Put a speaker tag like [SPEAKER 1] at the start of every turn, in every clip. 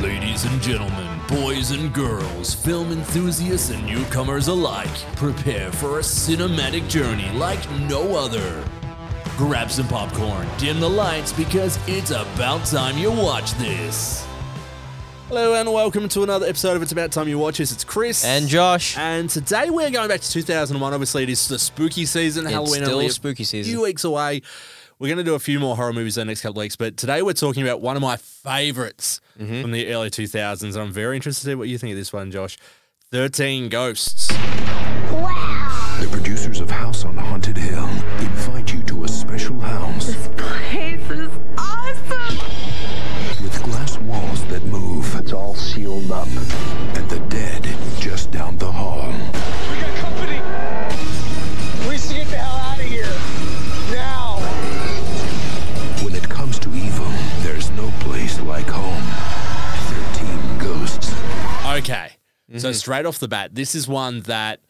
[SPEAKER 1] Ladies and gentlemen, boys and girls, film enthusiasts and newcomers alike, prepare for a cinematic journey like no other. Grab some popcorn, dim the lights, because it's about time you watch this. Hello and welcome to another episode of It's About Time You Watch This. It's Chris
[SPEAKER 2] And Josh.
[SPEAKER 1] And today we're going back to 2001. Obviously, it is the spooky season.
[SPEAKER 2] It's
[SPEAKER 1] Halloween
[SPEAKER 2] still
[SPEAKER 1] only a
[SPEAKER 2] spooky season.
[SPEAKER 1] Few weeks away. We're going to do a few more horror movies in the next couple of weeks, but today we're talking about one of my favorites
[SPEAKER 2] Mm-hmm.
[SPEAKER 1] from the early 2000s. And I'm very interested to see what you think of this one, Josh. 13 Ghosts.
[SPEAKER 3] The producers of House on Haunted Hill invite you to a special house
[SPEAKER 4] This place is awesome!
[SPEAKER 3] with glass walls that move. It's all sealed up. And the dead just down the hall.
[SPEAKER 5] We got company. We should get the hell out of here. Now.
[SPEAKER 3] When it comes to evil, there's no place like home. 13 ghosts.
[SPEAKER 1] Okay.
[SPEAKER 2] Mm-hmm.
[SPEAKER 1] So, straight off the bat, this is one that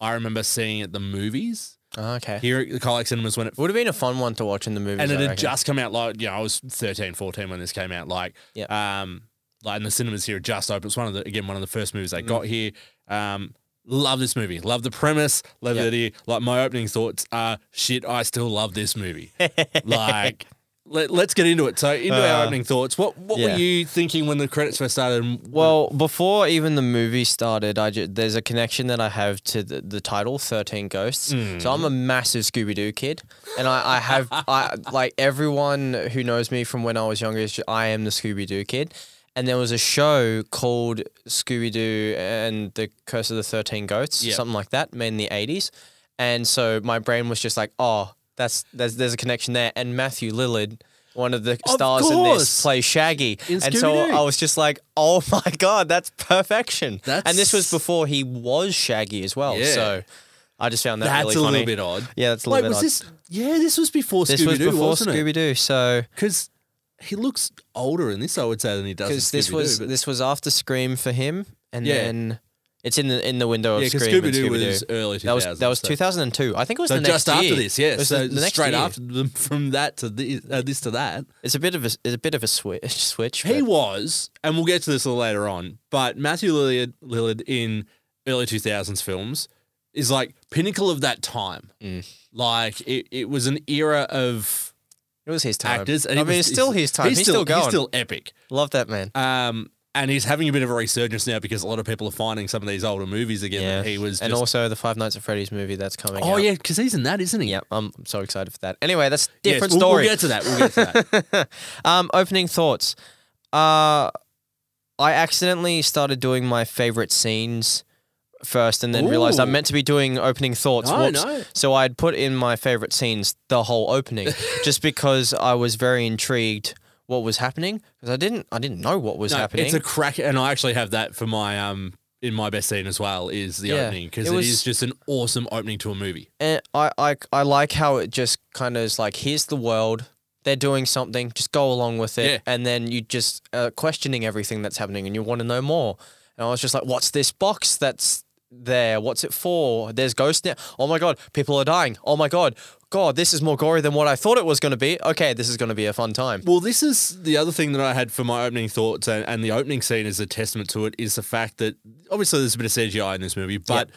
[SPEAKER 1] I remember seeing at the movies
[SPEAKER 2] Oh, okay.
[SPEAKER 1] here at the Colac Cinemas when it
[SPEAKER 2] Would have been a fun one to watch in the movie.
[SPEAKER 1] and it had just come out like you know i was 13 14 when this came out like
[SPEAKER 2] Yeah.
[SPEAKER 1] um like in the cinemas here it just opened it's one of the again one of the first movies
[SPEAKER 2] Mm.
[SPEAKER 1] they got here um love this movie love the premise love
[SPEAKER 2] Yeah.
[SPEAKER 1] it here like my opening thoughts are shit i still love this movie like let, us get into it so into our
[SPEAKER 2] Uh,
[SPEAKER 1] opening thoughts what what were
[SPEAKER 2] yeah.
[SPEAKER 1] you thinking when the credits first started and
[SPEAKER 2] Well, before even the movie started, I ju- there's a connection that I have to the, the title Thirteen Ghosts. So I'm a massive Scooby Doo kid, and I, I have I like everyone who knows me from when I was younger. Is ju- I am the Scooby Doo kid, and there was a show called Scooby Doo and the Curse of the Thirteen Ghosts,
[SPEAKER 1] Yeah.
[SPEAKER 2] something like that, made in the '80s. And so my brain was just like, oh, that's there's there's a connection there. And Matthew Lillard, one of the
[SPEAKER 1] Of
[SPEAKER 2] stars in
[SPEAKER 1] course.
[SPEAKER 2] this, plays Shaggy,
[SPEAKER 1] In
[SPEAKER 2] and so
[SPEAKER 1] Scooby-Doo.
[SPEAKER 2] I was just like, "Oh my god, that's perfection!" and this
[SPEAKER 1] That's-
[SPEAKER 2] was before he was Shaggy as well.
[SPEAKER 1] Yeah.
[SPEAKER 2] So I just found that
[SPEAKER 1] that's
[SPEAKER 2] really
[SPEAKER 1] a
[SPEAKER 2] funny.
[SPEAKER 1] little bit odd
[SPEAKER 2] Yeah, that's a
[SPEAKER 1] like
[SPEAKER 2] little
[SPEAKER 1] was
[SPEAKER 2] bit
[SPEAKER 1] this yeah this was before
[SPEAKER 2] odd. This
[SPEAKER 1] scooby-doo
[SPEAKER 2] was before
[SPEAKER 1] wasn't
[SPEAKER 2] Scooby Doo. So
[SPEAKER 1] because he looks older in this i would say than he does in
[SPEAKER 2] because this
[SPEAKER 1] Scooby-Doo,
[SPEAKER 2] was
[SPEAKER 1] but-
[SPEAKER 2] this was after Scream for him, and
[SPEAKER 1] Yeah.
[SPEAKER 2] then it's in the in the window of
[SPEAKER 1] Yeah, 'cause
[SPEAKER 2] Scream. and
[SPEAKER 1] Scooby-Doo
[SPEAKER 2] Scooby-Doo.
[SPEAKER 1] was early
[SPEAKER 2] That was that
[SPEAKER 1] 2000s,
[SPEAKER 2] was
[SPEAKER 1] so-
[SPEAKER 2] 2002. I think it was
[SPEAKER 1] So
[SPEAKER 2] the next
[SPEAKER 1] just after
[SPEAKER 2] year.
[SPEAKER 1] this,
[SPEAKER 2] It
[SPEAKER 1] yeah.
[SPEAKER 2] was
[SPEAKER 1] So
[SPEAKER 2] the, the next
[SPEAKER 1] straight
[SPEAKER 2] year.
[SPEAKER 1] after the, from that to this, uh, this to that,
[SPEAKER 2] It's a bit of a it's a bit of a switch. Switch.
[SPEAKER 1] he
[SPEAKER 2] but-
[SPEAKER 1] was, and we'll get to this a little later on. But Matthew Lillard, Lillard in early two thousands films is like pinnacle of that time. Like it, it was an era of
[SPEAKER 2] it was his time.
[SPEAKER 1] actors.
[SPEAKER 2] I
[SPEAKER 1] it
[SPEAKER 2] mean,
[SPEAKER 1] was-
[SPEAKER 2] it's still his time. He's, still, going.
[SPEAKER 1] He's still epic.
[SPEAKER 2] Love that man.
[SPEAKER 1] Um, and he's having a bit of a resurgence now because a lot of people are finding some of these older movies again.
[SPEAKER 2] Yeah,
[SPEAKER 1] That he was,
[SPEAKER 2] and
[SPEAKER 1] just-
[SPEAKER 2] also the Five Nights at Freddy's movie that's coming.
[SPEAKER 1] oh
[SPEAKER 2] out.
[SPEAKER 1] yeah, because he's in that, isn't he?
[SPEAKER 2] Yep, I'm I'm so excited for that. Anyway, that's a
[SPEAKER 1] Yes,
[SPEAKER 2] different
[SPEAKER 1] we'll-
[SPEAKER 2] story.
[SPEAKER 1] We'll get to that. We'll get to that.
[SPEAKER 2] um, opening thoughts. Uh, I accidentally started doing my favorite scenes first, and then realized
[SPEAKER 1] Ooh.
[SPEAKER 2] I'm meant to be doing opening thoughts.
[SPEAKER 1] No,
[SPEAKER 2] Whoops.
[SPEAKER 1] no.
[SPEAKER 2] So I'd put in my favorite scenes the whole opening, just because I was very intrigued what was happening because I didn't I didn't know what was
[SPEAKER 1] No,
[SPEAKER 2] happening.
[SPEAKER 1] It's a crack, and I actually have that for my um in my best scene as well. Is the
[SPEAKER 2] Yeah,
[SPEAKER 1] opening because
[SPEAKER 2] it
[SPEAKER 1] it
[SPEAKER 2] was-
[SPEAKER 1] is just an awesome opening to a movie.
[SPEAKER 2] and I, I I like how it just kind of is like here's the world they're doing something just go along with it
[SPEAKER 1] Yeah.
[SPEAKER 2] and then you just uh, questioning everything that's happening and you want to know more and I was just like what's this box that's there what's it for there's ghosts now oh my god people are dying oh my god god this is more gory than what I thought it was going to be okay this is going to be a fun time
[SPEAKER 1] Well, this is the other thing that I had for my opening thoughts, and, and the opening scene is a testament to it. Is the fact that obviously there's a bit of CGI in this movie, but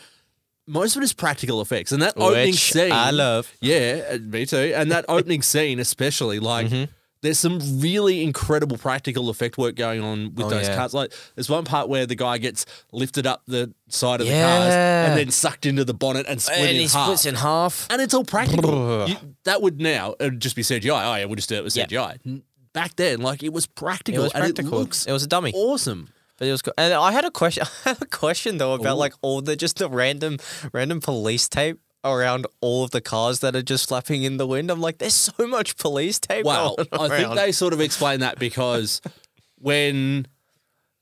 [SPEAKER 1] most of it is practical effects, and that opening
[SPEAKER 2] Which
[SPEAKER 1] scene
[SPEAKER 2] I love.
[SPEAKER 1] Yeah, uh, me too. And that opening scene, especially, like
[SPEAKER 2] Mm-hmm.
[SPEAKER 1] there's some really incredible practical effect work going on with
[SPEAKER 2] Oh,
[SPEAKER 1] those
[SPEAKER 2] yeah.
[SPEAKER 1] cars. Like there's one part where the guy gets lifted up the side of the cars
[SPEAKER 2] Yeah.
[SPEAKER 1] and then sucked into the bonnet and split
[SPEAKER 2] and
[SPEAKER 1] in
[SPEAKER 2] he
[SPEAKER 1] half.
[SPEAKER 2] splits in half
[SPEAKER 1] and it's all practical.
[SPEAKER 2] Brrr.
[SPEAKER 1] You, that would now it'd just be CGI. Oh yeah, we'll just do it with
[SPEAKER 2] Yeah.
[SPEAKER 1] CGI. N- Back then, like it was practical.
[SPEAKER 2] it was
[SPEAKER 1] and
[SPEAKER 2] practical
[SPEAKER 1] It looks
[SPEAKER 2] it was a dummy
[SPEAKER 1] awesome.
[SPEAKER 2] But it was cool. And I had a question. I had a question though about like all the just the random, random police tape around all of the cars that are just flapping in the wind. I'm like, there's so much police tape.
[SPEAKER 1] Well,
[SPEAKER 2] going
[SPEAKER 1] I think
[SPEAKER 2] around.
[SPEAKER 1] they sort of explain that because when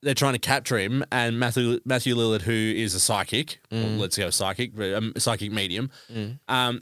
[SPEAKER 1] they're trying to capture him and Matthew Matthew Lillard, who is a psychic, well,
[SPEAKER 2] Mm.
[SPEAKER 1] let's go psychic, but a psychic medium, um,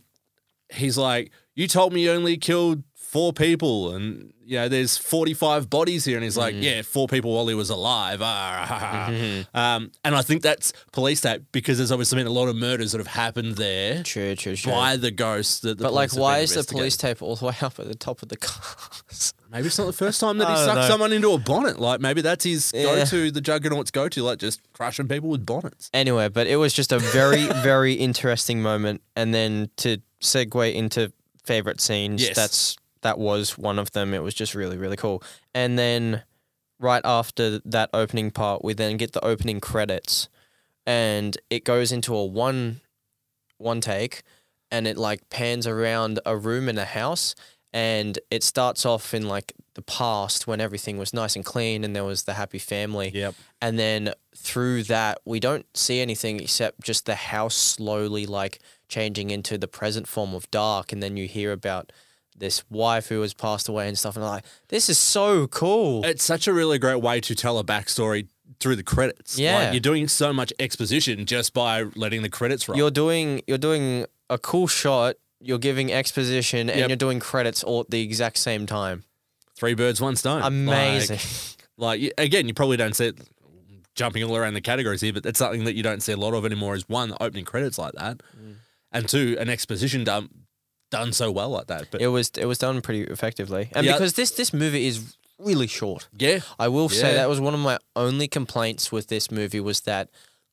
[SPEAKER 1] he's like, "You told me you only killed four people, and you know there's 45 bodies here," and he's
[SPEAKER 2] Mm.
[SPEAKER 1] like, "Yeah, four people while he was alive." Ah, ha, ha, ha."
[SPEAKER 2] Mm-hmm.
[SPEAKER 1] um, and I think that's police tape because there's obviously been a lot of murders that have happened there
[SPEAKER 2] True, true, true.
[SPEAKER 1] by the ghosts that. The
[SPEAKER 2] but like,
[SPEAKER 1] police have
[SPEAKER 2] why
[SPEAKER 1] been
[SPEAKER 2] is the
[SPEAKER 1] investigating.
[SPEAKER 2] police tape all the way up at the top of the cars?
[SPEAKER 1] Maybe it's not the first time that
[SPEAKER 2] I
[SPEAKER 1] he
[SPEAKER 2] don't
[SPEAKER 1] sucked
[SPEAKER 2] know.
[SPEAKER 1] someone into a bonnet. Like maybe that's his
[SPEAKER 2] Yeah.
[SPEAKER 1] go-to, the Juggernaut's go-to, like just crushing people with bonnets.
[SPEAKER 2] Anyway, but it was just a very, very interesting moment. And then to segue into favorite scenes,
[SPEAKER 1] Yes.
[SPEAKER 2] that's that was one of them. It was just really, really cool. And then right after that opening part, we then get the opening credits, and it goes into a one, one take, and it like pans around a room in a house, and it starts off in like the past when everything was nice and clean and there was the happy family.
[SPEAKER 1] Yep.
[SPEAKER 2] And then through that, we don't see anything except just the house slowly like changing into the present form of dark. And then you hear about this wife who has passed away and stuff. And I'm like, this is so cool.
[SPEAKER 1] It's such a really great way to tell a backstory through the credits.
[SPEAKER 2] Yeah.
[SPEAKER 1] like, you're doing so much exposition just by letting the credits roll.
[SPEAKER 2] You're doing you're doing a cool shot. You're giving exposition and
[SPEAKER 1] Yep.
[SPEAKER 2] you're doing credits all at the exact same time.
[SPEAKER 1] Three birds, one stone.
[SPEAKER 2] Amazing.
[SPEAKER 1] Like, like you- again, you probably don't see it jumping all around the categories here, but that's something that you don't see a lot of anymore. Is one the opening credits like that, and two an exposition done done so well like that. But
[SPEAKER 2] it was it was done pretty effectively. And
[SPEAKER 1] Yeah.
[SPEAKER 2] because this this movie is really short.
[SPEAKER 1] yeah,
[SPEAKER 2] I will say
[SPEAKER 1] Yeah.
[SPEAKER 2] that was one of my only complaints with this movie was that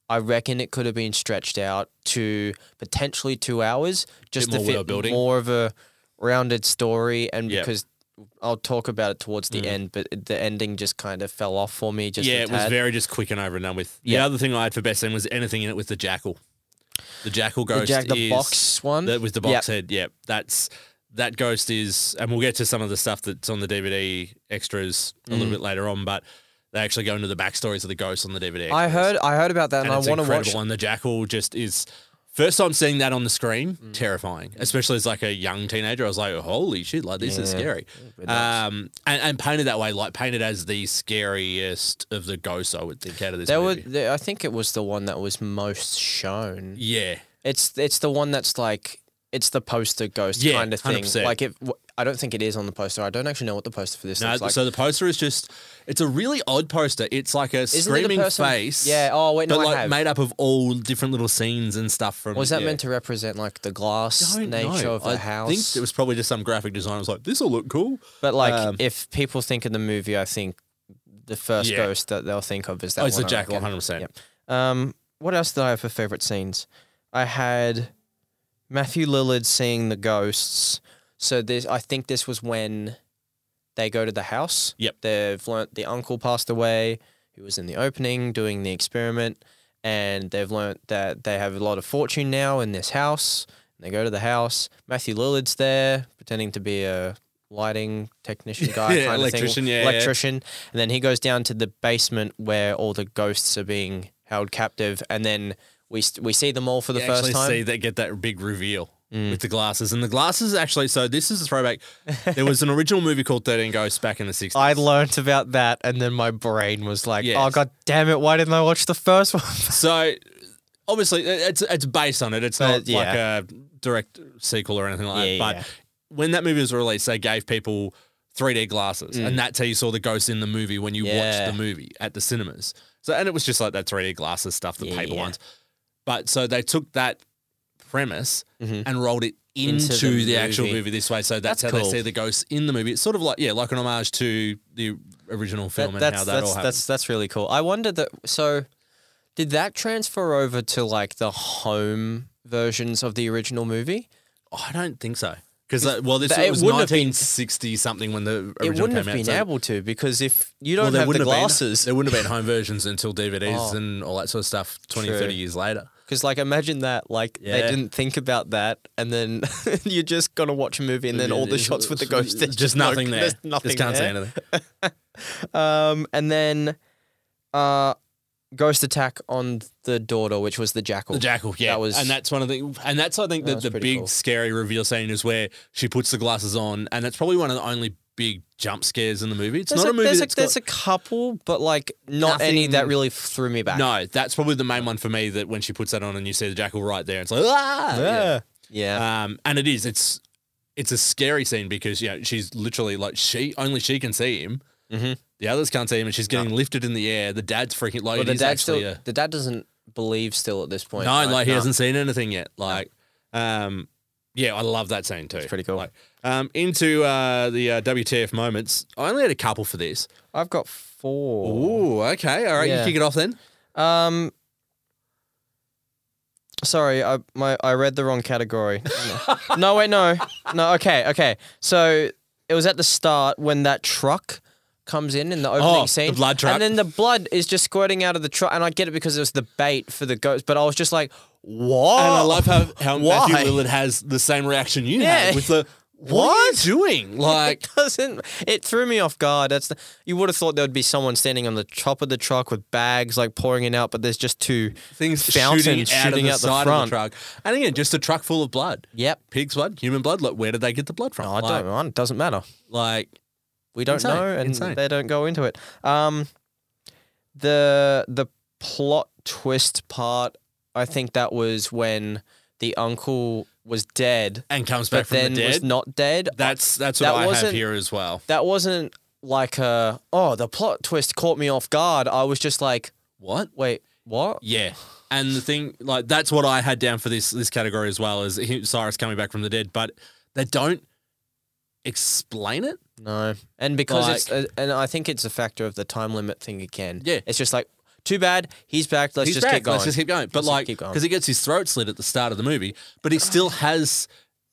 [SPEAKER 2] I reckon it could have been stretched out to potentially two hours just
[SPEAKER 1] more
[SPEAKER 2] to fit
[SPEAKER 1] world building.
[SPEAKER 2] more of a rounded story. And
[SPEAKER 1] Yep.
[SPEAKER 2] because I'll talk about it towards the end, but it- the ending just kind of fell off for me. Just
[SPEAKER 1] Mm. yeah,
[SPEAKER 2] a
[SPEAKER 1] it was
[SPEAKER 2] tad.
[SPEAKER 1] very just quick and over and done with. The
[SPEAKER 2] Yeah.
[SPEAKER 1] other thing I had for best thing was anything in it with the jackal. The jackal ghost,
[SPEAKER 2] the, Jack, the
[SPEAKER 1] is-
[SPEAKER 2] box one.
[SPEAKER 1] that was the
[SPEAKER 2] Yeah.
[SPEAKER 1] box head. Yeah, that's that ghost is, and we'll get to some of the stuff that's on the DVD extras a
[SPEAKER 2] Mm.
[SPEAKER 1] little bit later on, but. They actually go into the backstories of the ghosts on the DVD.
[SPEAKER 2] I
[SPEAKER 1] extras.
[SPEAKER 2] heard I heard about that, and,
[SPEAKER 1] and it's
[SPEAKER 2] I want to
[SPEAKER 1] incredible.
[SPEAKER 2] watch.
[SPEAKER 1] And the jackal just is first time seeing that on the screen,
[SPEAKER 2] Mm.
[SPEAKER 1] terrifying. Especially as like a young teenager, I was like, "Holy shit! Like this is
[SPEAKER 2] Yeah.
[SPEAKER 1] scary." Um, and, and painted that way, like painted as the scariest of the ghosts, I would think out of this
[SPEAKER 2] There were,
[SPEAKER 1] movie.
[SPEAKER 2] there, I think it was the one that was most shown.
[SPEAKER 1] yeah,
[SPEAKER 2] It's it's the one that's like it's the poster ghost
[SPEAKER 1] Yeah,
[SPEAKER 2] kind of thing.
[SPEAKER 1] 100%.
[SPEAKER 2] Like if w- I don't think it is on the poster. I don't actually know what the poster for this
[SPEAKER 1] no.
[SPEAKER 2] looks like.
[SPEAKER 1] so the poster is just. It's a really odd poster. It's like a
[SPEAKER 2] it the
[SPEAKER 1] screaming
[SPEAKER 2] person-
[SPEAKER 1] face.
[SPEAKER 2] Yeah, oh, wait, no,
[SPEAKER 1] but
[SPEAKER 2] I
[SPEAKER 1] like
[SPEAKER 2] have.
[SPEAKER 1] made up of all different little scenes and stuff from.
[SPEAKER 2] was that
[SPEAKER 1] yeah.
[SPEAKER 2] meant to represent like the glass
[SPEAKER 1] Don't
[SPEAKER 2] nature
[SPEAKER 1] know.
[SPEAKER 2] of the
[SPEAKER 1] I
[SPEAKER 2] house?
[SPEAKER 1] think it was probably just some graphic designer was like, "This will look cool."
[SPEAKER 2] but like
[SPEAKER 1] um,
[SPEAKER 2] if people think of the movie, I think the first
[SPEAKER 1] Yeah.
[SPEAKER 2] ghost that they'll think of is that
[SPEAKER 1] Oh,
[SPEAKER 2] one.
[SPEAKER 1] it's the
[SPEAKER 2] I
[SPEAKER 1] jackal, one
[SPEAKER 2] reckon.
[SPEAKER 1] hundred percent.
[SPEAKER 2] Yep. Um, what else did I have for favorite scenes? I had Matthew Lillard seeing the ghosts. So this, I think this was when they go to the house.
[SPEAKER 1] Yep.
[SPEAKER 2] They've learnt the uncle passed away, who was in the opening doing the experiment, and they've learnt that they have a lot of fortune now in this house. They go to the house. Matthew Lillard's there, pretending to be a lighting technician guy,
[SPEAKER 1] Yeah,
[SPEAKER 2] kind
[SPEAKER 1] electrician,
[SPEAKER 2] of
[SPEAKER 1] yeah,
[SPEAKER 2] thing.
[SPEAKER 1] yeah.
[SPEAKER 2] electrician. And then he goes down to the basement where all the ghosts are being held captive, and then we st- we see them all for the
[SPEAKER 1] you
[SPEAKER 2] first
[SPEAKER 1] actually
[SPEAKER 2] time. Mm.
[SPEAKER 1] see that get that big reveal with the glasses and the glasses actually so this is a throwback there was an original movie called 13 ghosts back in the 60s
[SPEAKER 2] I learnt about that, and then my brain was like,
[SPEAKER 1] Yes.
[SPEAKER 2] "Oh god damn it! Why didn't I watch the first one?"
[SPEAKER 1] so obviously it- it's it's based on it it's
[SPEAKER 2] But,
[SPEAKER 1] not like a direct sequel or anything like
[SPEAKER 2] Uh,
[SPEAKER 1] that
[SPEAKER 2] Yeah,
[SPEAKER 1] but
[SPEAKER 2] yeah.
[SPEAKER 1] when that movie was released they gave people 3D glasses and that's how you saw the ghosts in the movie when you
[SPEAKER 2] Mm. Yeah.
[SPEAKER 1] watched the movie at the cinemas so and it was just like that 3D glasses stuff the paper
[SPEAKER 2] Yeah.
[SPEAKER 1] ones but so they took that premise and rolled it
[SPEAKER 2] Mm-hmm. Into
[SPEAKER 1] into,
[SPEAKER 2] the
[SPEAKER 1] the, actual
[SPEAKER 2] movie.
[SPEAKER 1] movie this way. So that's,
[SPEAKER 2] That's
[SPEAKER 1] how
[SPEAKER 2] cool.
[SPEAKER 1] they see the ghosts in the movie. It's sort of like yeah, like an homage to the original film
[SPEAKER 2] That-
[SPEAKER 1] and how that
[SPEAKER 2] that's
[SPEAKER 1] all happened.
[SPEAKER 2] that's that's really cool. I wonder that. So, did that transfer over to like the home versions of the original movie?
[SPEAKER 1] I don't think so because uh, well, this
[SPEAKER 2] That- it
[SPEAKER 1] it was
[SPEAKER 2] wouldn't have been-
[SPEAKER 1] nineteen sixty something when the original
[SPEAKER 2] It wouldn't
[SPEAKER 1] came
[SPEAKER 2] have
[SPEAKER 1] out,
[SPEAKER 2] been
[SPEAKER 1] so-
[SPEAKER 2] able to because if you
[SPEAKER 1] well,
[SPEAKER 2] don't
[SPEAKER 1] there
[SPEAKER 2] have the
[SPEAKER 1] wouldn't have been-
[SPEAKER 2] glasses,
[SPEAKER 1] there wouldn't have been home versions until DVDs
[SPEAKER 2] Oh.
[SPEAKER 1] and all that sort of stuff 20,
[SPEAKER 2] True.
[SPEAKER 1] 30 years later.
[SPEAKER 2] because like imagine that, like they
[SPEAKER 1] Yeah.
[SPEAKER 2] didn't think about that, and then you're just gonna watch a movie, and then all the shots with the ghost, there's
[SPEAKER 1] just, nothing
[SPEAKER 2] no-
[SPEAKER 1] there.
[SPEAKER 2] There's nothing.
[SPEAKER 1] Just can't
[SPEAKER 2] there.
[SPEAKER 1] see anything.
[SPEAKER 2] Um, and then, uh, ghost attack on the daughter, which was the jackal.
[SPEAKER 1] The jackal, yeah,
[SPEAKER 2] That was-
[SPEAKER 1] and that's one of the, and that's I think
[SPEAKER 2] That
[SPEAKER 1] the,
[SPEAKER 2] was
[SPEAKER 1] the
[SPEAKER 2] pretty
[SPEAKER 1] big
[SPEAKER 2] cool.
[SPEAKER 1] scary reveal scene is where she puts the glasses on, and that's probably one of the only big jump scares in the movie. It's
[SPEAKER 2] There's
[SPEAKER 1] not
[SPEAKER 2] a,
[SPEAKER 1] a, movie
[SPEAKER 2] There's,
[SPEAKER 1] that's
[SPEAKER 2] a, there's
[SPEAKER 1] got,
[SPEAKER 2] a couple, but like not any that
[SPEAKER 1] Nothing-
[SPEAKER 2] really threw me back.
[SPEAKER 1] no, that's probably the main one for me. That when she puts that on and you see the jackal right there, it's like ah,
[SPEAKER 2] Yeah. Yeah.
[SPEAKER 1] Um, and it is. It's it's a scary scene because you know she's literally like she only she can see him.
[SPEAKER 2] Mhm.
[SPEAKER 1] The others can't see him, and she's getting lifted in the air. The dad's freaking like
[SPEAKER 2] Well,
[SPEAKER 1] it
[SPEAKER 2] the
[SPEAKER 1] is
[SPEAKER 2] dad
[SPEAKER 1] actually
[SPEAKER 2] still,
[SPEAKER 1] a-
[SPEAKER 2] the dad doesn't believe still at this point.
[SPEAKER 1] no,
[SPEAKER 2] right?
[SPEAKER 1] like he
[SPEAKER 2] No.
[SPEAKER 1] hasn't seen anything yet. Like, um, Yeah, I love that scene too. It's
[SPEAKER 2] pretty cool.
[SPEAKER 1] um, into uh, the uh, WTF moments. I only had a couple for this.
[SPEAKER 2] I've got four.
[SPEAKER 1] Ooh, okay. All right,
[SPEAKER 2] Yeah.
[SPEAKER 1] you kick it off then.
[SPEAKER 2] Um, sorry, I my I read the wrong category. No, No, wait, no, no. Okay, okay. So it was at the start when that truck comes in in the opening
[SPEAKER 1] Oh, the
[SPEAKER 2] scene,
[SPEAKER 1] blood truck.
[SPEAKER 2] and then the blood is just squirting out of the truck. And I get it because it was the bait for the goats, but I was just like, what?
[SPEAKER 1] And I love how, how Matthew
[SPEAKER 2] why?
[SPEAKER 1] Lillard has the same reaction you
[SPEAKER 2] Yeah.
[SPEAKER 1] had with the what, are you doing? Like
[SPEAKER 2] It doesn't. It threw me off guard. That's the, you would have thought there would be someone standing on the top of the truck with bags, like pouring it out. But there's just two
[SPEAKER 1] things
[SPEAKER 2] fountains
[SPEAKER 1] shooting, out of the side
[SPEAKER 2] front.
[SPEAKER 1] of the truck. And again, just a truck full of blood.
[SPEAKER 2] Yep.
[SPEAKER 1] Pig's blood, human blood. Like, where did they get the blood from?
[SPEAKER 2] No, I
[SPEAKER 1] like,
[SPEAKER 2] don't. mind. It doesn't matter.
[SPEAKER 1] Like,
[SPEAKER 2] We don't
[SPEAKER 1] Insane,
[SPEAKER 2] know, and
[SPEAKER 1] insane.
[SPEAKER 2] they don't go into it. Um, the the plot twist part. I think that was when the uncle was dead,
[SPEAKER 1] and comes back
[SPEAKER 2] but
[SPEAKER 1] from
[SPEAKER 2] then
[SPEAKER 1] the
[SPEAKER 2] was
[SPEAKER 1] dead.
[SPEAKER 2] not dead.
[SPEAKER 1] that's that's what
[SPEAKER 2] that
[SPEAKER 1] I have
[SPEAKER 2] wasn't-
[SPEAKER 1] here as well.
[SPEAKER 2] That wasn't like a oh the plot twist caught me off guard. I was just like,
[SPEAKER 1] What?
[SPEAKER 2] wait, what?
[SPEAKER 1] Yeah. And the thing, like, that's what I had down for this this category as well is him- Cyrus coming back from the dead, but they don't explain it.
[SPEAKER 2] No, and because it's uh, and I think it's a factor of the time limit thing again.
[SPEAKER 1] Yeah.
[SPEAKER 2] it's just like too bad he's back. Let's
[SPEAKER 1] He's
[SPEAKER 2] just
[SPEAKER 1] back,
[SPEAKER 2] keep going.
[SPEAKER 1] Let's just keep going. But
[SPEAKER 2] Let's just
[SPEAKER 1] like,
[SPEAKER 2] keep going.
[SPEAKER 1] because he gets his throat slit at the start of the movie, but he still has.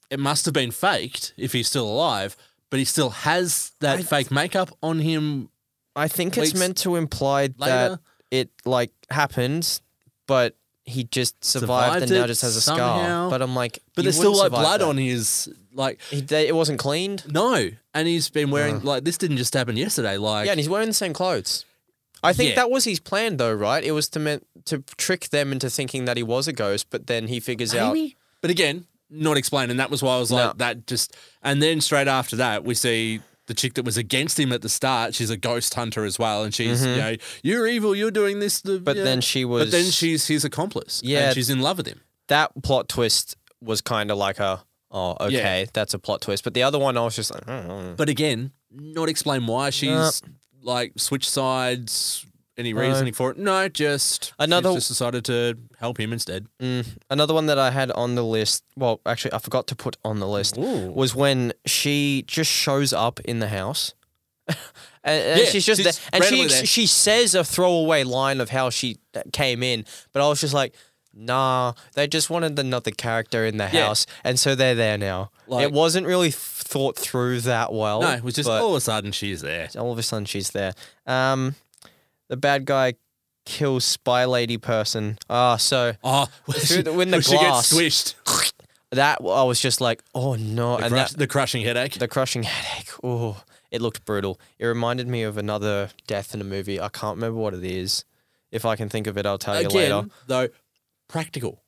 [SPEAKER 1] It must have been faked if he's still alive, but he still has that fake makeup on him.
[SPEAKER 2] I think it's
[SPEAKER 1] weeks
[SPEAKER 2] meant to imply
[SPEAKER 1] later.
[SPEAKER 2] that it like happened, but he just survived,
[SPEAKER 1] Survived
[SPEAKER 2] and now
[SPEAKER 1] it
[SPEAKER 2] just has a
[SPEAKER 1] somehow.
[SPEAKER 2] scar. But I'm like,
[SPEAKER 1] But
[SPEAKER 2] you
[SPEAKER 1] there's still like
[SPEAKER 2] wouldn't survive
[SPEAKER 1] blood
[SPEAKER 2] that.
[SPEAKER 1] on his like
[SPEAKER 2] He, they, it wasn't cleaned.
[SPEAKER 1] no, and he's been wearing like this didn't just happen yesterday. Like
[SPEAKER 2] Yeah, and he's wearing the same clothes. I think
[SPEAKER 1] Yeah.
[SPEAKER 2] that was his plan, though, right? It was to meant to trick them into thinking that he was a ghost, but then he figures out.
[SPEAKER 1] Maybe. But again, not explained. And that was why I was like,
[SPEAKER 2] No.
[SPEAKER 1] that just. And then straight after that, we see the chick that was against him at the start. She's a ghost hunter as well. And she's, you know, you're evil. You're doing this. The,
[SPEAKER 2] But
[SPEAKER 1] yeah."
[SPEAKER 2] then she
[SPEAKER 1] Mm-hmm. But then
[SPEAKER 2] was-
[SPEAKER 1] she's his accomplice. Yeah.
[SPEAKER 2] Yeah.
[SPEAKER 1] And she's in love with him.
[SPEAKER 2] That plot twist was kind of like a, oh, okay, that's a plot twist. But the other one, I was just like, mm,
[SPEAKER 1] But again, not explain why she's like switched sides. Any reasoning for it? No, just
[SPEAKER 2] Another-
[SPEAKER 1] she's just decided to help him instead.
[SPEAKER 2] Another one that I had on the list, well, actually, I forgot to put on the list,
[SPEAKER 1] Ooh.
[SPEAKER 2] was when she just shows up in the house. and and
[SPEAKER 1] Yeah,
[SPEAKER 2] she's just
[SPEAKER 1] she's
[SPEAKER 2] there. And she,
[SPEAKER 1] randomly there.
[SPEAKER 2] she says a throwaway line of how she uh, came in, but I was just like, nah, they just wanted another character in the
[SPEAKER 1] Yeah.
[SPEAKER 2] house. And so they're there now.
[SPEAKER 1] Like-
[SPEAKER 2] it wasn't really f- thought through that well.
[SPEAKER 1] No, it was just oh.
[SPEAKER 2] but
[SPEAKER 1] all of a sudden she's there.
[SPEAKER 2] all of a sudden she's there. Um, the bad guy kills spy lady person. Ah, so.
[SPEAKER 1] Oh, when she,
[SPEAKER 2] the- when the
[SPEAKER 1] she gets
[SPEAKER 2] glass-
[SPEAKER 1] swished,
[SPEAKER 2] that I was just like, oh no,
[SPEAKER 1] the,
[SPEAKER 2] and
[SPEAKER 1] crush,
[SPEAKER 2] that
[SPEAKER 1] the crushing headache.
[SPEAKER 2] the crushing headache. Oh, it looked brutal. It reminded me of another death in a movie. I can't remember what it is. If I can think of it, I'll tell you
[SPEAKER 1] again,
[SPEAKER 2] later.
[SPEAKER 1] though, practical.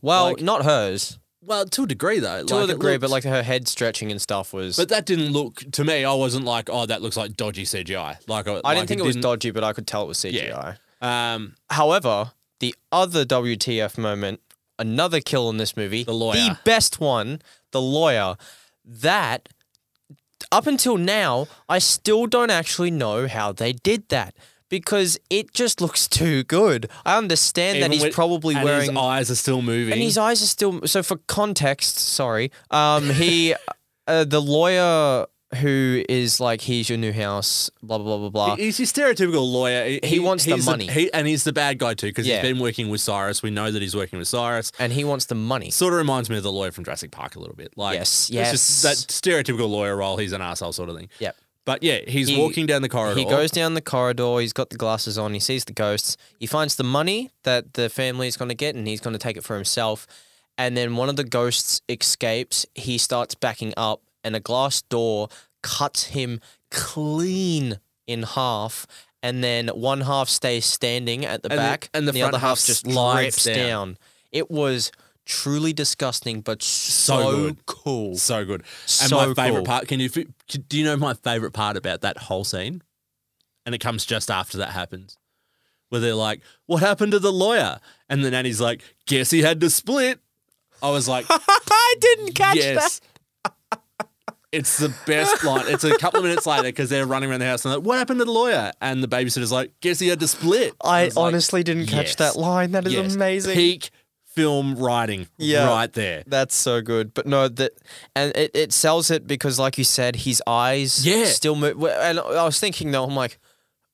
[SPEAKER 2] Well,
[SPEAKER 1] like-
[SPEAKER 2] not hers
[SPEAKER 1] Well, to a degree, though.
[SPEAKER 2] to
[SPEAKER 1] like,
[SPEAKER 2] a
[SPEAKER 1] it
[SPEAKER 2] degree, but like
[SPEAKER 1] looked-
[SPEAKER 2] her head stretching and stuff was.
[SPEAKER 1] but that didn't look to me. I wasn't like, oh, that looks like dodgy CGI. Like, I
[SPEAKER 2] I didn't think it, was dodgy, but I could tell it was CGI.
[SPEAKER 1] Um,
[SPEAKER 2] However, the other WTF moment, another kill in this movie,
[SPEAKER 1] The lawyer.
[SPEAKER 2] the best one, the lawyer, that up until now, I still don't actually know how they did that because it just looks too good. I understand
[SPEAKER 1] even
[SPEAKER 2] that he's
[SPEAKER 1] when-
[SPEAKER 2] probably
[SPEAKER 1] and
[SPEAKER 2] wearing.
[SPEAKER 1] his eyes are still moving.
[SPEAKER 2] and his eyes are still. So, for context, sorry, um, he, uh, the lawyer who is like, here's your new house, blah, blah, blah, blah, blah.
[SPEAKER 1] He's your stereotypical lawyer. He,
[SPEAKER 2] Uh, wants the
[SPEAKER 1] he's
[SPEAKER 2] money.
[SPEAKER 1] he, and he's the bad guy too because
[SPEAKER 2] Yeah.
[SPEAKER 1] he's been working with Cyrus. We know that he's working with Cyrus.
[SPEAKER 2] And he wants the money.
[SPEAKER 1] Sort of reminds me of the lawyer from Jurassic Park a little bit. Like,
[SPEAKER 2] Yes,
[SPEAKER 1] it's just that
[SPEAKER 2] yes.
[SPEAKER 1] stereotypical lawyer role. He's an asshole sort of thing.
[SPEAKER 2] Yep.
[SPEAKER 1] But yeah, he's
[SPEAKER 2] He-
[SPEAKER 1] walking down the corridor.
[SPEAKER 2] He goes down the corridor. He's got the glasses on. He sees the ghosts. He finds the money that the family is going to get, and he's going to take it for himself. And then one of the ghosts escapes. He starts backing up, and a glass door cuts him clean in half. And then one half stays standing at the
[SPEAKER 1] And the-
[SPEAKER 2] back,
[SPEAKER 1] and the front
[SPEAKER 2] other
[SPEAKER 1] half
[SPEAKER 2] half just
[SPEAKER 1] slides
[SPEAKER 2] rips
[SPEAKER 1] down.
[SPEAKER 2] down. It was truly disgusting, but so,
[SPEAKER 1] good.
[SPEAKER 2] cool.
[SPEAKER 1] So good. And
[SPEAKER 2] So
[SPEAKER 1] my favorite
[SPEAKER 2] cool.
[SPEAKER 1] part, can you fi- c- do you know my favorite part about that whole scene? And it comes just after that happens. Where they're like, "What happened to the lawyer?" And the nanny's like, "Guess he had to split." I was like,
[SPEAKER 2] I didn't catch
[SPEAKER 1] "Yes." It's the best line. It's a couple of minutes later because they're running around the house and they're like, "What happened to the lawyer?" And the babysitter's like, "Guess he had to split."
[SPEAKER 2] I
[SPEAKER 1] was like,
[SPEAKER 2] honestly didn't catch
[SPEAKER 1] yes.
[SPEAKER 2] that line. That is
[SPEAKER 1] yes.
[SPEAKER 2] amazing.
[SPEAKER 1] Peak film writing
[SPEAKER 2] Yeah.
[SPEAKER 1] right there.
[SPEAKER 2] That's so good. But no, that and it, it sells it because, like you said, his eyes
[SPEAKER 1] Yeah.
[SPEAKER 2] still move. w- And I was thinking though, I'm like,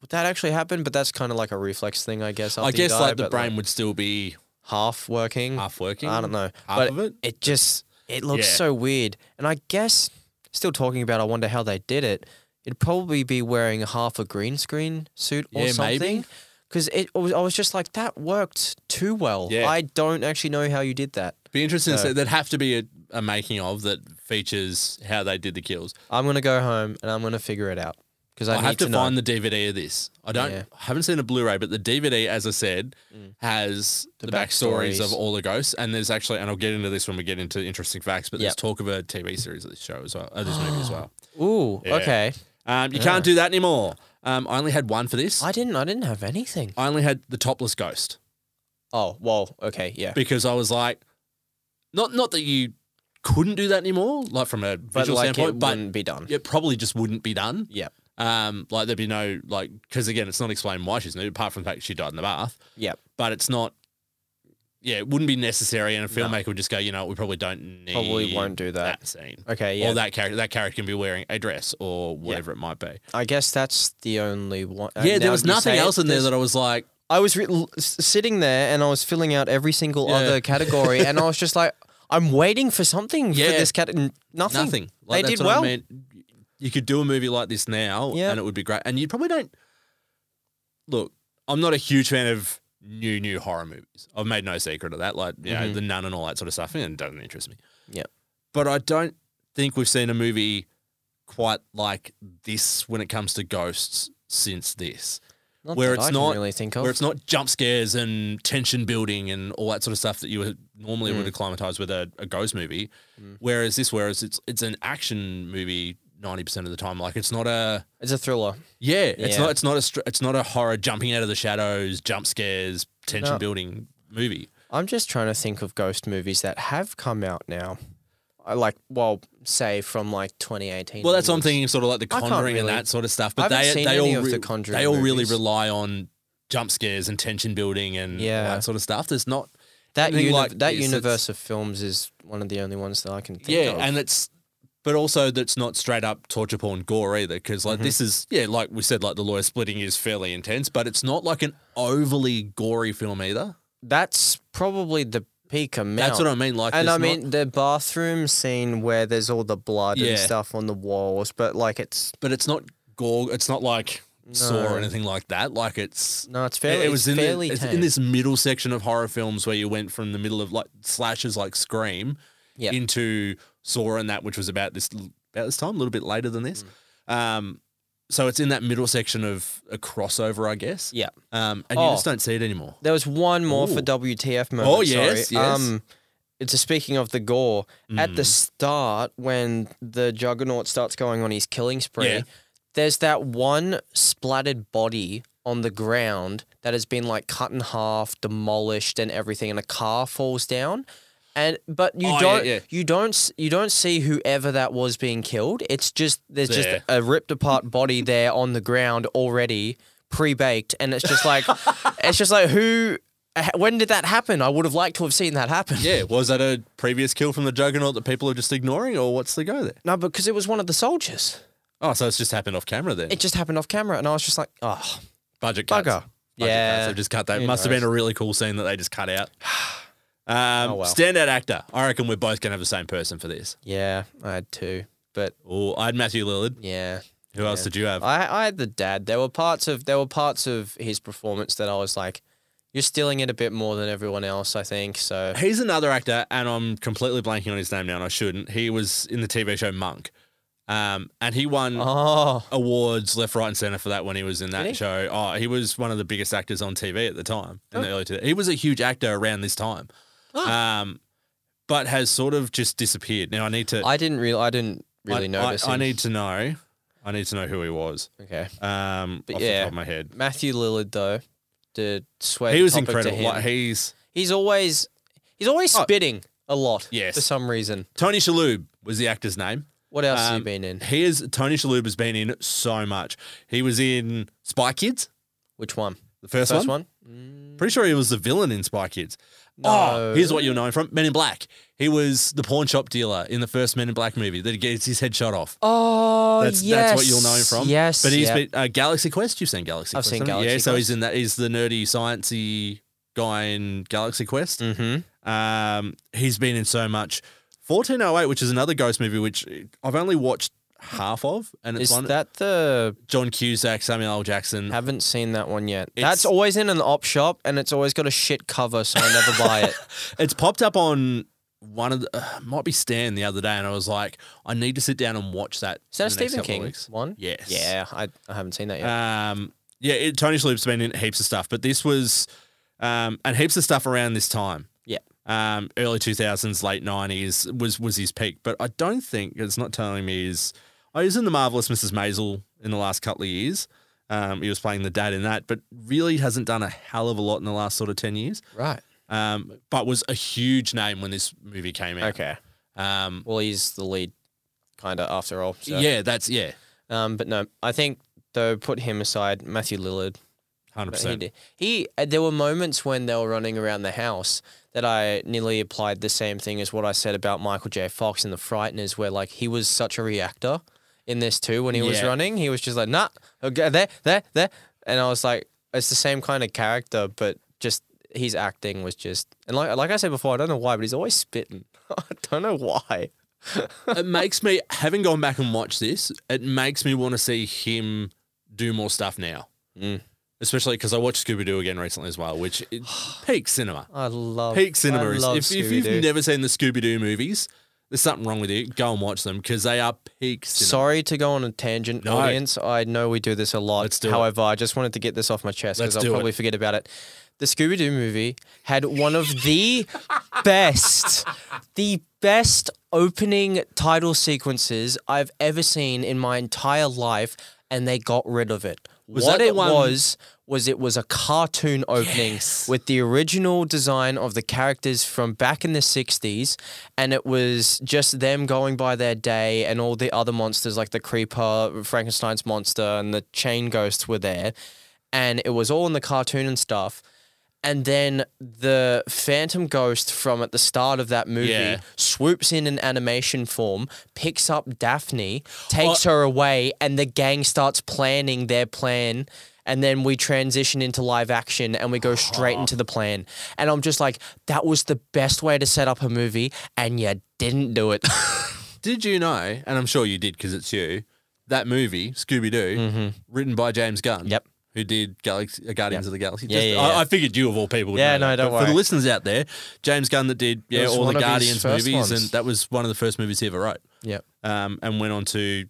[SPEAKER 2] would that actually happen? But that's kind of like a reflex thing, I guess.
[SPEAKER 1] I
[SPEAKER 2] after you
[SPEAKER 1] guess
[SPEAKER 2] die,
[SPEAKER 1] like the
[SPEAKER 2] but,
[SPEAKER 1] brain would still be
[SPEAKER 2] half working,
[SPEAKER 1] half working.
[SPEAKER 2] I don't know.
[SPEAKER 1] Half
[SPEAKER 2] but
[SPEAKER 1] of it.
[SPEAKER 2] It just it looks
[SPEAKER 1] Yeah.
[SPEAKER 2] so weird. And I guess still talking about I wonder how they did it. It'd probably be wearing half a green screen suit or
[SPEAKER 1] Yeah, maybe.
[SPEAKER 2] something. Because it, I was- I was just like, that worked too well.
[SPEAKER 1] Yeah.
[SPEAKER 2] I don't actually know how you did that.
[SPEAKER 1] Be interesting to
[SPEAKER 2] No.
[SPEAKER 1] see. There'd have to be a, a making of that features how they did the kills.
[SPEAKER 2] I'm gonna go home and I'm gonna figure it out because I,
[SPEAKER 1] I,
[SPEAKER 2] need
[SPEAKER 1] have to,
[SPEAKER 2] know.
[SPEAKER 1] find the DVD of this. I don't
[SPEAKER 2] Yeah. Mm.
[SPEAKER 1] I haven't seen a Blu-ray, but the DVD, as I said, has the,
[SPEAKER 2] The
[SPEAKER 1] backstories of
[SPEAKER 2] backstories.
[SPEAKER 1] all the ghosts. And there's actually, and I'll get into this when we get into interesting facts. But there's
[SPEAKER 2] Yep.
[SPEAKER 1] talk of a TV series of this show as well, of this movie as well.
[SPEAKER 2] Ooh,
[SPEAKER 1] Yeah.
[SPEAKER 2] okay.
[SPEAKER 1] Um, you can't do that anymore. Um, I only had one for this.
[SPEAKER 2] I didn't. I didn't have anything.
[SPEAKER 1] I only had the topless ghost.
[SPEAKER 2] Oh well. Okay. Yeah.
[SPEAKER 1] because I was like, not not that you couldn't do that anymore, like from a
[SPEAKER 2] But
[SPEAKER 1] visual
[SPEAKER 2] like it
[SPEAKER 1] standpoint, but
[SPEAKER 2] wouldn't be done.
[SPEAKER 1] it probably just wouldn't be done.
[SPEAKER 2] Yep.
[SPEAKER 1] Um, like there'd be no like because again, it's not explained why she's nude, apart from the fact she died in the bath.
[SPEAKER 2] Yep.
[SPEAKER 1] But it's not. Yeah, it wouldn't be necessary, and a filmmaker would just go, you know, we probably don't need
[SPEAKER 2] Probably won't do that.
[SPEAKER 1] scene.
[SPEAKER 2] Okay. Yeah.
[SPEAKER 1] Or that character, that character can be wearing a dress or whatever it might be.
[SPEAKER 2] I guess that's the only one. uh,
[SPEAKER 1] Yeah,
[SPEAKER 2] now
[SPEAKER 1] there was
[SPEAKER 2] you
[SPEAKER 1] nothing
[SPEAKER 2] say it,
[SPEAKER 1] else in there
[SPEAKER 2] there's-
[SPEAKER 1] that I was like,
[SPEAKER 2] I was re- l- s- sitting there and I was filling out every single
[SPEAKER 1] Yeah.
[SPEAKER 2] other category, and I was just like, I'm waiting for something
[SPEAKER 1] Yeah.
[SPEAKER 2] for this cat. Nothing.
[SPEAKER 1] nothing. Like,
[SPEAKER 2] they
[SPEAKER 1] that's
[SPEAKER 2] did
[SPEAKER 1] what
[SPEAKER 2] well.
[SPEAKER 1] I mean. You could do a movie like this now,
[SPEAKER 2] Yeah.
[SPEAKER 1] and it would be great. And you probably don't. Look, I'm not a huge fan of new new horror movies. I've made no secret of that. Like you know, the Nun and all that sort of stuff, and it doesn't interest me.
[SPEAKER 2] Mm-hmm. Yeah.
[SPEAKER 1] but I don't think we've seen a movie quite like this when it comes to ghosts since this.
[SPEAKER 2] Not
[SPEAKER 1] where
[SPEAKER 2] that
[SPEAKER 1] it's
[SPEAKER 2] I can
[SPEAKER 1] not
[SPEAKER 2] really think of.
[SPEAKER 1] where it's not jump scares and tension building and all that sort of stuff that you would normally
[SPEAKER 2] Mm.
[SPEAKER 1] would acclimatize with a, a ghost movie. Whereas this, whereas it's it's an action movie ninety percent of the time. Like it's not a
[SPEAKER 2] It's a thriller.
[SPEAKER 1] yeah, it's
[SPEAKER 2] Yeah.
[SPEAKER 1] not it's not a str- it's not a horror jumping out of the shadows, jump scares, tension
[SPEAKER 2] No.
[SPEAKER 1] building movie.
[SPEAKER 2] I'm just trying to think of ghost movies that have come out now. I like, well, say from like 2018.
[SPEAKER 1] Well, that's what I'm
[SPEAKER 2] onwards.
[SPEAKER 1] thinking, sort of like the
[SPEAKER 2] I can't
[SPEAKER 1] Conjuring and
[SPEAKER 2] really-
[SPEAKER 1] that sort of stuff.
[SPEAKER 2] I
[SPEAKER 1] But
[SPEAKER 2] haven't
[SPEAKER 1] they
[SPEAKER 2] seen
[SPEAKER 1] they
[SPEAKER 2] any
[SPEAKER 1] all
[SPEAKER 2] of
[SPEAKER 1] re-
[SPEAKER 2] the Conjuring
[SPEAKER 1] they all really
[SPEAKER 2] movies.
[SPEAKER 1] rely on jump scares and tension building and
[SPEAKER 2] Yeah.
[SPEAKER 1] all that sort of stuff. There's not
[SPEAKER 2] That
[SPEAKER 1] Anything
[SPEAKER 2] uni-
[SPEAKER 1] like
[SPEAKER 2] that
[SPEAKER 1] this, it's-
[SPEAKER 2] universe of films is one of the only ones that I can think
[SPEAKER 1] yeah,
[SPEAKER 2] of.
[SPEAKER 1] and it's but also that's not straight up torture porn gore either because like
[SPEAKER 2] Mm-hmm.
[SPEAKER 1] this is yeah like we said like the lawyer splitting is fairly intense but it's not like an overly gory film either
[SPEAKER 2] that's probably the peak amount.
[SPEAKER 1] that's what i mean like
[SPEAKER 2] And I
[SPEAKER 1] there's
[SPEAKER 2] mean
[SPEAKER 1] not-
[SPEAKER 2] the bathroom scene where there's all the blood
[SPEAKER 1] Yeah.
[SPEAKER 2] and stuff on the walls, but like it's
[SPEAKER 1] but it's not gore it's not like saw
[SPEAKER 2] No.
[SPEAKER 1] or anything like that like it's
[SPEAKER 2] no, it's
[SPEAKER 1] it-
[SPEAKER 2] fairly.
[SPEAKER 1] it was
[SPEAKER 2] it's
[SPEAKER 1] in, the-
[SPEAKER 2] fairly
[SPEAKER 1] it's in
[SPEAKER 2] tame.
[SPEAKER 1] this middle section of horror films where you went from the middle of like slashes like scream
[SPEAKER 2] Yeah.
[SPEAKER 1] into Saw and that, which was about this about this time, a little bit later than this.
[SPEAKER 2] Mm.
[SPEAKER 1] Um, so it's in that middle section of a crossover, I guess.
[SPEAKER 2] Yeah.
[SPEAKER 1] Um, and you
[SPEAKER 2] Oh.
[SPEAKER 1] just don't see it anymore.
[SPEAKER 2] There was one more
[SPEAKER 1] Ooh.
[SPEAKER 2] for WTF moment.
[SPEAKER 1] Oh, yes,
[SPEAKER 2] sorry.
[SPEAKER 1] yes. Mm.
[SPEAKER 2] Um, it's a, speaking of the gore at the start when the Juggernaut starts going on his killing spree.
[SPEAKER 1] Yeah.
[SPEAKER 2] There's that one splattered body on the ground that has been like cut in half, demolished, and everything, and a car falls down. And but you
[SPEAKER 1] Oh, yeah,
[SPEAKER 2] don't
[SPEAKER 1] yeah.
[SPEAKER 2] you don't s- you don't see whoever that was being killed. It's just there's
[SPEAKER 1] There.
[SPEAKER 2] just a ripped apart body there on the ground already pre-baked, and it's just like it's just like who. h- When did that happen? I would have liked to have seen that happen.
[SPEAKER 1] Yeah. Was that a previous kill from the Juggernaut that people are just ignoring, or what's the go there?
[SPEAKER 2] No, because it was one of the soldiers.
[SPEAKER 1] Oh, so it's just happened off camera then.
[SPEAKER 2] It just happened off camera, and I was just like, oh,
[SPEAKER 1] Budget cuts.
[SPEAKER 2] bugger.
[SPEAKER 1] Budget
[SPEAKER 2] yeah.
[SPEAKER 1] cuts. They've just cut that.
[SPEAKER 2] Who
[SPEAKER 1] Must have
[SPEAKER 2] knows?
[SPEAKER 1] been a really cool scene that they just cut out. Um,
[SPEAKER 2] Oh, well.
[SPEAKER 1] Standout actor. I reckon we're both gonna have the same person for this.
[SPEAKER 2] yeah, I had two, but
[SPEAKER 1] Oh, I had Matthew Lillard.
[SPEAKER 2] yeah.
[SPEAKER 1] Who else did you have?
[SPEAKER 2] I, I had the dad. There were parts of there were parts of his performance that I was like, you're stealing it a bit more than everyone else, I think. So
[SPEAKER 1] He's another actor, and I'm completely blanking on his name now, and I shouldn't. He was in the TV show Monk, um, and he won
[SPEAKER 2] Oh
[SPEAKER 1] awards left, right, and center for that when he was in that
[SPEAKER 2] Did he?
[SPEAKER 1] show. Oh, he was one of the biggest actors on TV at the time in
[SPEAKER 2] Oh.
[SPEAKER 1] the early 2000s. He was a huge actor around this time, um, but has sort of just disappeared. Now I need to.
[SPEAKER 2] I didn't really I didn't really
[SPEAKER 1] I,
[SPEAKER 2] notice
[SPEAKER 1] I, I
[SPEAKER 2] him.
[SPEAKER 1] need to know. I need to know who he was.
[SPEAKER 2] Okay.
[SPEAKER 1] Um,
[SPEAKER 2] But
[SPEAKER 1] off the
[SPEAKER 2] yeah.
[SPEAKER 1] top of my head,
[SPEAKER 2] Matthew Lillard though did swear.
[SPEAKER 1] he
[SPEAKER 2] the
[SPEAKER 1] was
[SPEAKER 2] topic to
[SPEAKER 1] incredible.
[SPEAKER 2] him.
[SPEAKER 1] Like, he's
[SPEAKER 2] he's always he's always
[SPEAKER 1] Oh.
[SPEAKER 2] spitting a lot.
[SPEAKER 1] Yes.
[SPEAKER 2] For some reason.
[SPEAKER 1] Tony Shalhoub was the actor's name.
[SPEAKER 2] What else have
[SPEAKER 1] Um,
[SPEAKER 2] you been in?
[SPEAKER 1] He is Tony Shalhoub has been in so much. He was in Spy Kids.
[SPEAKER 2] Which one?
[SPEAKER 1] The first,
[SPEAKER 2] First
[SPEAKER 1] one?
[SPEAKER 2] one?
[SPEAKER 1] Pretty sure he was the villain in Spy Kids. Oh, here's what you'll know him from Men in Black. He was the pawn shop dealer in the first Men in Black movie that gets his head shot off.
[SPEAKER 2] Oh,
[SPEAKER 1] that's that's what you'll know him from.
[SPEAKER 2] Yes.
[SPEAKER 1] but he's
[SPEAKER 2] yeah.
[SPEAKER 1] been uh, Galaxy Quest. You've seen Galaxy
[SPEAKER 2] I've
[SPEAKER 1] Quest,
[SPEAKER 2] seen
[SPEAKER 1] haven't you? yeah.
[SPEAKER 2] Galaxy
[SPEAKER 1] So he's
[SPEAKER 2] Quest.
[SPEAKER 1] in that. He's the nerdy, sciency guy in Galaxy Quest.
[SPEAKER 2] Mm.
[SPEAKER 1] Mm-hmm. Um, he's been in so much. 1408, which is another ghost movie, which I've only watched half of, and it's
[SPEAKER 2] Is
[SPEAKER 1] one
[SPEAKER 2] that the.
[SPEAKER 1] John Cusack, Samuel L. Jackson.
[SPEAKER 2] Haven't seen that one yet.
[SPEAKER 1] It's-
[SPEAKER 2] That's always in an op shop and it's always got a shit cover, so I never buy it.
[SPEAKER 1] It's popped up on one of the, uh, might be Stan the other day, and I was like, I need to sit down and watch that.
[SPEAKER 2] Is that a
[SPEAKER 1] in the next
[SPEAKER 2] Stephen
[SPEAKER 1] couple of
[SPEAKER 2] King
[SPEAKER 1] weeks.
[SPEAKER 2] one?
[SPEAKER 1] Yes.
[SPEAKER 2] Yeah, I, I haven't seen that yet.
[SPEAKER 1] Um, yeah, it, Tony Shalhoub's been in heaps of stuff, but this was, um, and heaps of stuff around this time.
[SPEAKER 2] yeah.
[SPEAKER 1] Um, early 2000s, late 90s was was his peak, but I don't think it's not telling me is I was in the marvelous Mrs. Maisel in the last couple of years. Um, he was playing the dad in that, but really hasn't done a hell of a lot in the last sort of 10 years.
[SPEAKER 2] Right.
[SPEAKER 1] Um, but was a huge name when this movie came out.
[SPEAKER 2] Okay.
[SPEAKER 1] Um,
[SPEAKER 2] Well, he's the lead, kind of, after all. So.
[SPEAKER 1] Yeah, that's yeah,
[SPEAKER 2] Um, but no, I think, though, put him aside, Matthew Lillard.
[SPEAKER 1] hundred
[SPEAKER 2] But he
[SPEAKER 1] percent.
[SPEAKER 2] did. He uh, there were moments when they were running around the house that I nearly applied the same thing as what I said about Michael J. Fox and the Frighteners, where like he was such a reactor in this too. When he was
[SPEAKER 1] Yeah.
[SPEAKER 2] running, he was just like, "Nah, okay, there, there, there," and I was like, "It's the same kind of character, but just." His acting was just, and like like I said before, I don't know why, but he's always spitting. I don't know why.
[SPEAKER 1] it makes me having gone back and watched this. It makes me want to see him do more stuff now,
[SPEAKER 2] Mm.
[SPEAKER 1] especially because I watched Scooby Doo again recently as well, which it, peak cinema.
[SPEAKER 2] I love
[SPEAKER 1] Peak cinema
[SPEAKER 2] I
[SPEAKER 1] is
[SPEAKER 2] love
[SPEAKER 1] if, if you've
[SPEAKER 2] Scooby-Doo.
[SPEAKER 1] never seen the Scooby Doo movies, there's something wrong with you. Go and watch them because they are peak cinema.
[SPEAKER 2] Sorry to go on a tangent,
[SPEAKER 1] No.
[SPEAKER 2] audience. I know we do this a lot.
[SPEAKER 1] Let's do it.
[SPEAKER 2] However, I just wanted to get this off my chest
[SPEAKER 1] Let's
[SPEAKER 2] because I'll
[SPEAKER 1] do
[SPEAKER 2] probably
[SPEAKER 1] it.
[SPEAKER 2] forget about it. The Scooby Doo movie had one of the best, the best opening title sequences I've ever seen in my entire life, and they got rid of it.
[SPEAKER 1] Was
[SPEAKER 2] what
[SPEAKER 1] that the
[SPEAKER 2] it
[SPEAKER 1] one-
[SPEAKER 2] was was it was a cartoon opening with the original design of the characters from back in the 60s and it was just them going by their day and all the other monsters like the creeper frankenstein's monster and the chain ghosts were there and it was all in the cartoon and stuff and then the phantom ghost from at the start of that movie
[SPEAKER 1] Yeah.
[SPEAKER 2] swoops in in animation form picks up daphne takes her away and the gang starts planning their plan and then we transition into live action and we go straight into the plan and i'm just like that was the best way to set up a movie and you didn't do it
[SPEAKER 1] Did you know? And I'm sure you did because it's you. That movie Scooby Doo, written by James Gunn.
[SPEAKER 2] Mm-hmm. Yep.
[SPEAKER 1] Who did Galaxy, uh, Guardians of the Galaxy?
[SPEAKER 2] Yeah, yeah,
[SPEAKER 1] I,
[SPEAKER 2] yeah.
[SPEAKER 1] I figured you of all people. Would
[SPEAKER 2] Yeah,
[SPEAKER 1] know
[SPEAKER 2] no,
[SPEAKER 1] that.
[SPEAKER 2] don't
[SPEAKER 1] But For the
[SPEAKER 2] worry.
[SPEAKER 1] listeners out there, James Gunn that did yeah
[SPEAKER 2] was
[SPEAKER 1] all the
[SPEAKER 2] one of his
[SPEAKER 1] Guardians
[SPEAKER 2] first
[SPEAKER 1] movies,
[SPEAKER 2] ones.
[SPEAKER 1] and that was one of the first movies he ever wrote.
[SPEAKER 2] yep
[SPEAKER 1] Um, and went on to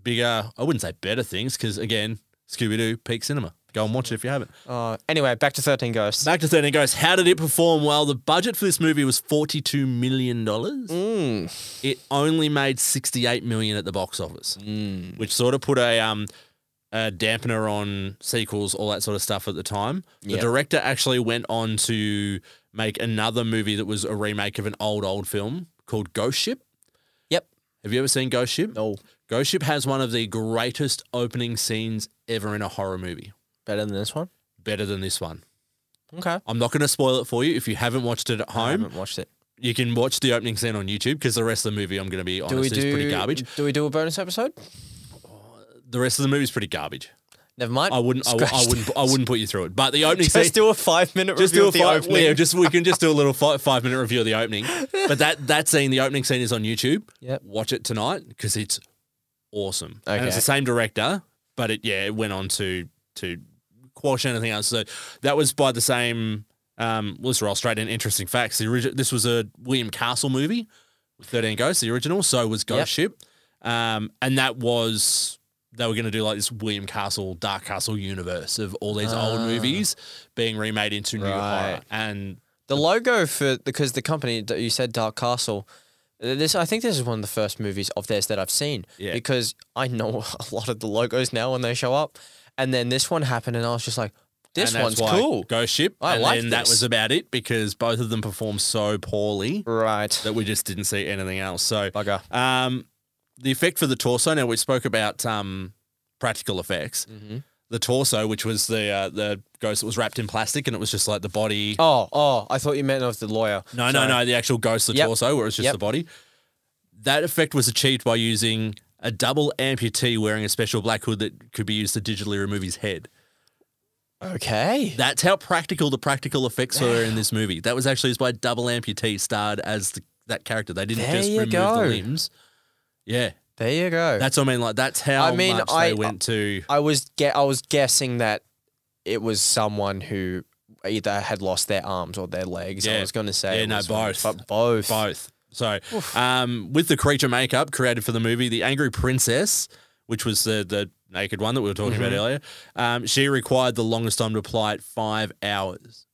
[SPEAKER 1] bigger, I wouldn't say better things, because again, Scooby Doo peak cinema. Go and watch it if you haven't.
[SPEAKER 2] uh, anyway back to 13 ghosts
[SPEAKER 1] Back to thirteen goes. How did it perform? Well, the budget for this movie was forty-two million dollars.
[SPEAKER 2] Mm.
[SPEAKER 1] It only made sixty-eight million at the box office,
[SPEAKER 2] Mm.
[SPEAKER 1] which sort of put a um a dampener on sequels, all that sort of stuff at the time. The
[SPEAKER 2] Yeah.
[SPEAKER 1] director actually went on to make another movie that was a remake of an old old film called Ghost Ship.
[SPEAKER 2] yep
[SPEAKER 1] Have you ever seen Ghost Ship?
[SPEAKER 2] No.
[SPEAKER 1] Ghost Ship has one of the greatest opening scenes ever in a horror movie.
[SPEAKER 2] better than this one
[SPEAKER 1] Better than this one.
[SPEAKER 2] okay
[SPEAKER 1] I'm not going to spoil it for you. If you haven't watched it at
[SPEAKER 2] i
[SPEAKER 1] home,
[SPEAKER 2] haven't watched it
[SPEAKER 1] you can watch the opening scene on YouTube because the rest of the movie, I'm going to be honest,
[SPEAKER 2] do we do
[SPEAKER 1] is pretty garbage.
[SPEAKER 2] do we do a bonus episode
[SPEAKER 1] The rest of the movie is pretty garbage.
[SPEAKER 2] Never mind.
[SPEAKER 1] I wouldn't, I, w- I
[SPEAKER 2] Scratch
[SPEAKER 1] wouldn't,
[SPEAKER 2] that.
[SPEAKER 1] I wouldn't put you through it. But the opening scene,
[SPEAKER 2] Just do a five minute
[SPEAKER 1] just
[SPEAKER 2] review
[SPEAKER 1] do a
[SPEAKER 2] of the
[SPEAKER 1] five,
[SPEAKER 2] opening.
[SPEAKER 1] yeah, just we can just do a little five, five minute review of the opening. But that that scene, the opening scene, is on YouTube.
[SPEAKER 2] Yep.
[SPEAKER 1] watch it tonight because it's awesome. and it's
[SPEAKER 2] Okay.
[SPEAKER 1] the same director, but it yeah, it went on to to quash anything else. So that was by the same. Um, well, let's roll straight in. Interesting facts. The origi- this was a William Castle movie, Thirteen Ghosts, the original. So was Ghost
[SPEAKER 2] Yep.
[SPEAKER 1] Ship, um, and that was they were going to do like this William Castle, Dark Castle universe of all these old movies being remade into new horror.
[SPEAKER 2] Ah. Right.
[SPEAKER 1] And
[SPEAKER 2] the logo for because the company that you said Dark Castle. uh, This I think this is one of the first movies of theirs that I've seen
[SPEAKER 1] Yeah.
[SPEAKER 2] because I know a lot of the logos now when they show up, and then this one happened and I was just like, this
[SPEAKER 1] and that's
[SPEAKER 2] one's
[SPEAKER 1] why
[SPEAKER 2] cool,
[SPEAKER 1] Ghost Ship.
[SPEAKER 2] I
[SPEAKER 1] and
[SPEAKER 2] like
[SPEAKER 1] then that
[SPEAKER 2] this.
[SPEAKER 1] was about it because both of them performed so poorly
[SPEAKER 2] right?
[SPEAKER 1] that we just didn't see anything else. So
[SPEAKER 2] Bugger.
[SPEAKER 1] um, the effect for the torso.
[SPEAKER 2] Mm-hmm.
[SPEAKER 1] Now we spoke about um, practical effects. The torso, which was the uh, the ghost that was wrapped in plastic and it was just like the body.
[SPEAKER 2] Oh, oh, I thought you meant of the lawyer.
[SPEAKER 1] no, no,
[SPEAKER 2] Sorry.
[SPEAKER 1] no. The actual ghost, the
[SPEAKER 2] Yep.
[SPEAKER 1] torso, where it was just
[SPEAKER 2] Yep.
[SPEAKER 1] the body. That effect was achieved by using a double amputee wearing a special black hood that could be used to digitally remove his head.
[SPEAKER 2] Okay.
[SPEAKER 1] That's how practical the practical effects were in this movie. That was actually used by double amputee starred as the, that character. They didn't
[SPEAKER 2] There
[SPEAKER 1] just
[SPEAKER 2] you
[SPEAKER 1] remove
[SPEAKER 2] go.
[SPEAKER 1] the limbs. Yeah,
[SPEAKER 2] There you go.
[SPEAKER 1] that's what I mean. Like that's how
[SPEAKER 2] I mean,
[SPEAKER 1] much
[SPEAKER 2] I-
[SPEAKER 1] they went to.
[SPEAKER 2] I was ge- I was guessing that it was someone who either had lost their arms or their legs. I
[SPEAKER 1] Yeah.
[SPEAKER 2] was going to say
[SPEAKER 1] Yeah,
[SPEAKER 2] it
[SPEAKER 1] no,
[SPEAKER 2] was-
[SPEAKER 1] both.
[SPEAKER 2] but both.
[SPEAKER 1] Both. So, um, with the creature makeup created for the movie, the angry princess, which was the the naked one that we were talking
[SPEAKER 2] Mm-hmm.
[SPEAKER 1] about earlier, um, she required the longest time to apply it five hours,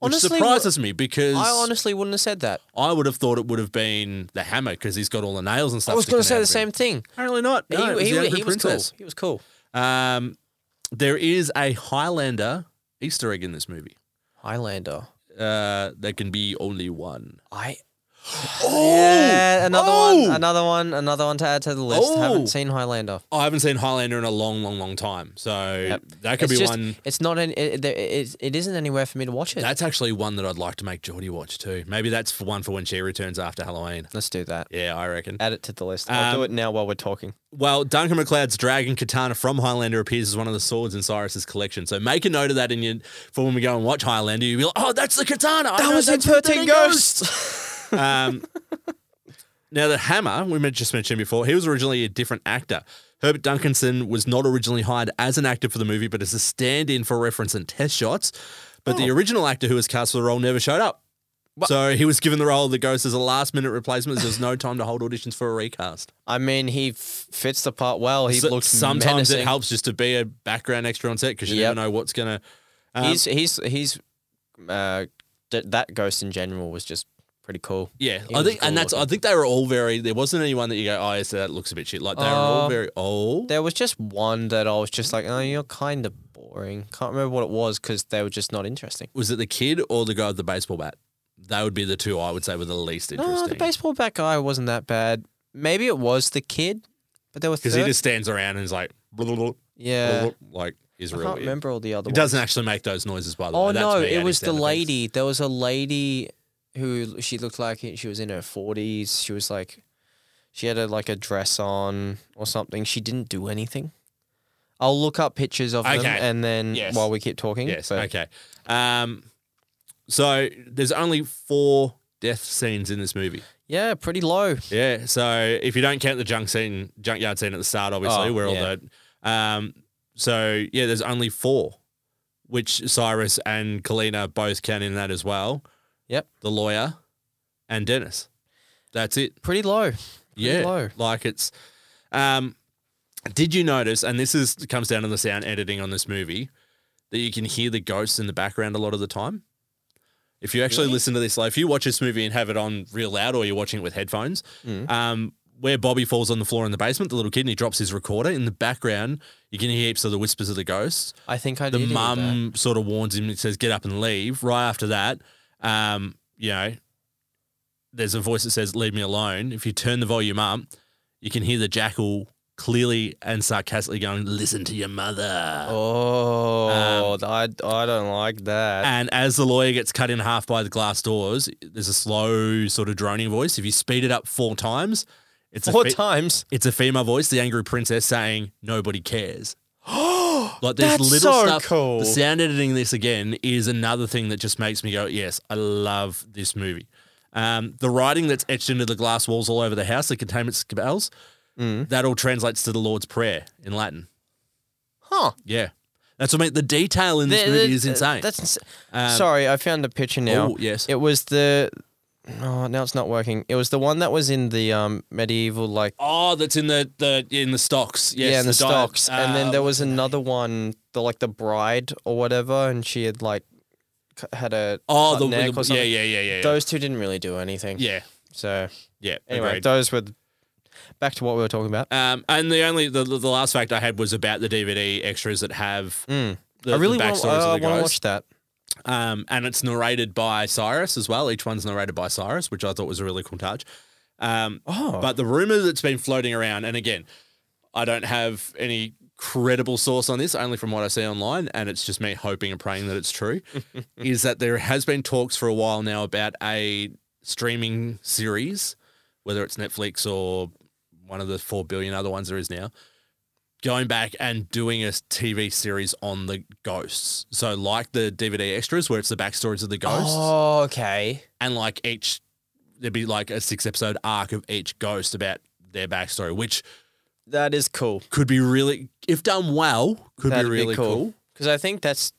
[SPEAKER 1] which
[SPEAKER 2] Honestly,
[SPEAKER 1] surprises me because
[SPEAKER 2] I
[SPEAKER 1] I,
[SPEAKER 2] honestly wouldn't have said that.
[SPEAKER 1] would have thought it would have been the hammer because he's got all the nails and stuff.
[SPEAKER 2] I was going to
[SPEAKER 1] sticking
[SPEAKER 2] say
[SPEAKER 1] out
[SPEAKER 2] the
[SPEAKER 1] of it.
[SPEAKER 2] same thing.
[SPEAKER 1] Apparently not. No, it was
[SPEAKER 2] he,
[SPEAKER 1] the
[SPEAKER 2] he,
[SPEAKER 1] angry
[SPEAKER 2] he was cool.
[SPEAKER 1] princess.
[SPEAKER 2] He was cool.
[SPEAKER 1] Um, there is a Highlander Easter egg in this movie.
[SPEAKER 2] Highlander.
[SPEAKER 1] Uh, there can be only one.
[SPEAKER 2] I
[SPEAKER 1] Oh,
[SPEAKER 2] yeah, another
[SPEAKER 1] Oh!
[SPEAKER 2] one, another one, another one to add to the list.
[SPEAKER 1] Oh!
[SPEAKER 2] Haven't seen Highlander.
[SPEAKER 1] I haven't seen Highlander in a long, long, long time. So that could
[SPEAKER 2] it's
[SPEAKER 1] be
[SPEAKER 2] just,
[SPEAKER 1] one.
[SPEAKER 2] It's not an. It, there- it, it isn't anywhere for me to watch it.
[SPEAKER 1] That's actually one that I'd like to make Geordie watch too. Maybe that's for one for when she returns after Halloween.
[SPEAKER 2] Let's do that.
[SPEAKER 1] Yeah, I reckon.
[SPEAKER 2] Add it to the list. I'll do
[SPEAKER 1] Um,
[SPEAKER 2] it now while we're talking.
[SPEAKER 1] Well, Duncan MacLeod's dragon katana from Highlander appears as one of the swords in Cyrus's collection. So make a note of that in your for when we go and watch Highlander. You'll be like, oh, that's the katana. I know that's from Um, now, the hammer, we men- just mentioned before, he was originally a different actor. Herbert Duncanson was not originally hired as an actor for the movie, but as a stand in for reference and test shots. But
[SPEAKER 2] Oh.
[SPEAKER 1] the original actor who was cast for the role never showed up. So he was given the role of the ghost as a last minute replacement. as There was no time to hold auditions for a recast.
[SPEAKER 2] I mean, he f- fits the part well. He
[SPEAKER 1] So-
[SPEAKER 2] looks
[SPEAKER 1] sometimes
[SPEAKER 2] menacing.
[SPEAKER 1] it helps just to be a background extra on set because you
[SPEAKER 2] Yep.
[SPEAKER 1] never know what's going to.
[SPEAKER 2] he's
[SPEAKER 1] Um,
[SPEAKER 2] he's he's uh, th- that ghost in general was just pretty cool.
[SPEAKER 1] Yeah,
[SPEAKER 2] He
[SPEAKER 1] I
[SPEAKER 2] was
[SPEAKER 1] think, and
[SPEAKER 2] cool
[SPEAKER 1] that's. I
[SPEAKER 2] looking.
[SPEAKER 1] think they were all very. There wasn't anyone that you go, oh, yes, that looks a bit shit. Like they were all
[SPEAKER 2] Uh,
[SPEAKER 1] very. Oh,
[SPEAKER 2] There was just one that I was just like, oh, you're kind of boring. Can't remember what it was because they were just not interesting.
[SPEAKER 1] was it the kid or the guy with the baseball bat? They would be the two I would say were the least
[SPEAKER 2] No, Oh, the
[SPEAKER 1] interesting.
[SPEAKER 2] baseball bat guy wasn't that bad. Maybe it was the kid, but there were
[SPEAKER 1] because
[SPEAKER 2] thir-
[SPEAKER 1] he just stands around and is like, blah, blah, blah,
[SPEAKER 2] yeah.
[SPEAKER 1] blah, blah, like is
[SPEAKER 2] I
[SPEAKER 1] real.
[SPEAKER 2] can't
[SPEAKER 1] weird.
[SPEAKER 2] remember all the
[SPEAKER 1] It
[SPEAKER 2] other. ones.
[SPEAKER 1] doesn't actually make those noises by the way.
[SPEAKER 2] Oh
[SPEAKER 1] That's
[SPEAKER 2] no,
[SPEAKER 1] me
[SPEAKER 2] it
[SPEAKER 1] adding
[SPEAKER 2] was the
[SPEAKER 1] sound effects.
[SPEAKER 2] lady. There was a lady who she looked like she was in her forties. She was like, she had a, like a dress on or something. She didn't do anything. I'll look up pictures of them
[SPEAKER 1] Okay.
[SPEAKER 2] and then
[SPEAKER 1] Yes.
[SPEAKER 2] while we keep talking.
[SPEAKER 1] Yes.
[SPEAKER 2] but-
[SPEAKER 1] Okay. Um, so there's only four death scenes in this movie.
[SPEAKER 2] Yeah, pretty low.
[SPEAKER 1] Yeah. So if you don't count the junk scene, junkyard scene at the start, obviously,
[SPEAKER 2] Oh,
[SPEAKER 1] where all
[SPEAKER 2] yeah.
[SPEAKER 1] the um so yeah, there's only four. Which Cyrus and Kalina both count in that as well.
[SPEAKER 2] Yep.
[SPEAKER 1] The lawyer and Dennis. That's it.
[SPEAKER 2] Pretty low.
[SPEAKER 1] Yeah.
[SPEAKER 2] low.
[SPEAKER 1] Like it's um did you notice, and this is comes down to the sound editing on this movie, that you can hear the ghosts in the background a lot of the time? If you actually listen to this, like if you watch this movie and have it on real loud or you're watching it with headphones,
[SPEAKER 2] Mm.
[SPEAKER 1] um, where Bobby falls on the floor in the basement, the little kid, and he drops his recorder in the background, you can hear heaps of the whispers of the ghosts.
[SPEAKER 2] I think I
[SPEAKER 1] The
[SPEAKER 2] did. hear that.
[SPEAKER 1] mum sort of warns him and says, get up and leave. Right after that, um, you know, there's a voice that says, leave me alone. If you turn the volume up, you can hear the jackal clearly and sarcastically going, listen to your mother.
[SPEAKER 2] Oh, I, I don't like that.
[SPEAKER 1] Um, And as the lawyer gets cut in half by the glass doors, there's a slow sort of droning voice. If you speed it up four times, it's
[SPEAKER 2] Four
[SPEAKER 1] a fe-
[SPEAKER 2] times.
[SPEAKER 1] It's a female voice, the angry princess saying, "Nobody cares." like there's
[SPEAKER 2] That's
[SPEAKER 1] little
[SPEAKER 2] so
[SPEAKER 1] stuff.
[SPEAKER 2] cool.
[SPEAKER 1] The sound editing this again is another thing that just makes me go, "Yes, I love this movie." Um, the writing that's etched into the glass walls all over the house, the containment spells,
[SPEAKER 2] Mm.
[SPEAKER 1] that all translates to the Lord's Prayer in Latin.
[SPEAKER 2] Huh.
[SPEAKER 1] Yeah, that's what I mean. The detail in this
[SPEAKER 2] Th-
[SPEAKER 1] movie
[SPEAKER 2] th-
[SPEAKER 1] is insane.
[SPEAKER 2] That's ins-
[SPEAKER 1] Um,
[SPEAKER 2] sorry, I found a picture now.
[SPEAKER 1] Oh, yes.
[SPEAKER 2] it was the. Oh, now it's not working. It was the one that was in the um, medieval, like
[SPEAKER 1] Oh, that's in the, the in the stocks. Yes,
[SPEAKER 2] yeah, in the,
[SPEAKER 1] di-
[SPEAKER 2] stocks, and then
[SPEAKER 1] uh,
[SPEAKER 2] there was another one, the like the bride or whatever, and she had like c- had a
[SPEAKER 1] oh
[SPEAKER 2] cut
[SPEAKER 1] the,
[SPEAKER 2] neck
[SPEAKER 1] the
[SPEAKER 2] or
[SPEAKER 1] yeah
[SPEAKER 2] something.
[SPEAKER 1] yeah yeah yeah yeah.
[SPEAKER 2] Those two didn't really do anything.
[SPEAKER 1] yeah
[SPEAKER 2] So
[SPEAKER 1] yeah
[SPEAKER 2] anyway,
[SPEAKER 1] agreed.
[SPEAKER 2] those were the, back to what we were talking about.
[SPEAKER 1] um, and the only the, the the last fact I had was about the DVD extras that have the,
[SPEAKER 2] Mm. I really
[SPEAKER 1] the
[SPEAKER 2] want
[SPEAKER 1] backstories
[SPEAKER 2] to
[SPEAKER 1] of the guys.
[SPEAKER 2] watch that.
[SPEAKER 1] Um, and it's narrated by Cyrus as well. Each one's narrated by Cyrus, which I thought was a really cool touch. Um,
[SPEAKER 2] Oh.
[SPEAKER 1] But the rumor that's been floating around, and again, I don't have any credible source on this, only from what I see online, and it's just me hoping and praying that it's true, is that there has been talks for a while now about a streaming series, whether it's Netflix or one of the four billion other ones there is now, going back and doing a TV series on the ghosts. So like the DVD extras, where it's the backstories of the ghosts
[SPEAKER 2] Oh, okay.
[SPEAKER 1] and like each there'd be like a six episode arc of each ghost about their backstory, which
[SPEAKER 2] That is cool.
[SPEAKER 1] could be really if done well, could
[SPEAKER 2] That'd
[SPEAKER 1] be really cool.
[SPEAKER 2] Because I think that's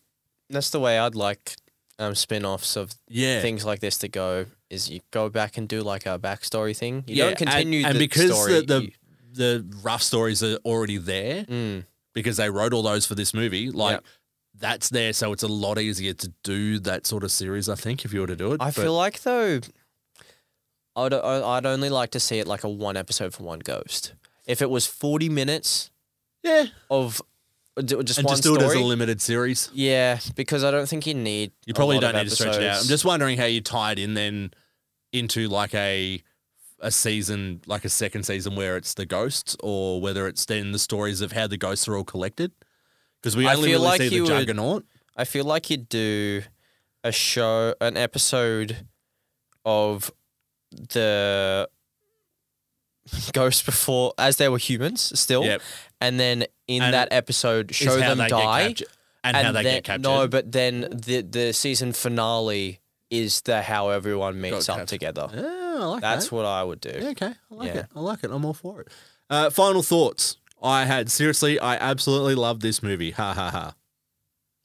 [SPEAKER 2] that's the way I'd like um, spin-offs of
[SPEAKER 1] Yeah.
[SPEAKER 2] things like this to go. Is you go back and do like a backstory thing. You
[SPEAKER 1] yeah.
[SPEAKER 2] don't continue
[SPEAKER 1] and,
[SPEAKER 2] the
[SPEAKER 1] and because
[SPEAKER 2] story.
[SPEAKER 1] the, the
[SPEAKER 2] you-
[SPEAKER 1] the rough stories are already there
[SPEAKER 2] Mm.
[SPEAKER 1] because they wrote all those for this movie, like
[SPEAKER 2] Yep.
[SPEAKER 1] that's there, so it's a lot easier to do that sort of series, I think, if you were to do it.
[SPEAKER 2] I
[SPEAKER 1] But
[SPEAKER 2] feel like though, I'd I- I'd only like to see it like a one episode for one ghost. If it was forty minutes
[SPEAKER 1] Yeah.
[SPEAKER 2] of uh, d- just
[SPEAKER 1] And
[SPEAKER 2] one
[SPEAKER 1] just do it as
[SPEAKER 2] story,
[SPEAKER 1] a limited series.
[SPEAKER 2] yeah, because I don't think you need.
[SPEAKER 1] You probably
[SPEAKER 2] a lot
[SPEAKER 1] don't
[SPEAKER 2] of
[SPEAKER 1] need to stretch it out. I'm
[SPEAKER 2] episodes.
[SPEAKER 1] just wondering how you tie it in then into like a a season, like a second season where it's the ghosts, or whether it's then the stories of how the ghosts are all collected. Because we
[SPEAKER 2] I
[SPEAKER 1] only
[SPEAKER 2] feel
[SPEAKER 1] really
[SPEAKER 2] like
[SPEAKER 1] see
[SPEAKER 2] you
[SPEAKER 1] the
[SPEAKER 2] would-
[SPEAKER 1] juggernaut.
[SPEAKER 2] I feel like you'd do a show, an episode of the ghosts before, as they were humans still.
[SPEAKER 1] Yep.
[SPEAKER 2] And then in
[SPEAKER 1] And
[SPEAKER 2] that episode,
[SPEAKER 1] is
[SPEAKER 2] Oh, show
[SPEAKER 1] how
[SPEAKER 2] them
[SPEAKER 1] they get
[SPEAKER 2] die.
[SPEAKER 1] captured- and, how they
[SPEAKER 2] then,
[SPEAKER 1] get captured.
[SPEAKER 2] No, but then the, the season finale is the how everyone meets up
[SPEAKER 1] captured.
[SPEAKER 2] together.
[SPEAKER 1] yeah, Oh, I like
[SPEAKER 2] That's
[SPEAKER 1] that.
[SPEAKER 2] what I would do.
[SPEAKER 1] Yeah, okay, I like
[SPEAKER 2] Yeah.
[SPEAKER 1] it. I like it. I'm all for it. Uh, final thoughts. I had seriously, I absolutely love this movie. Ha ha ha.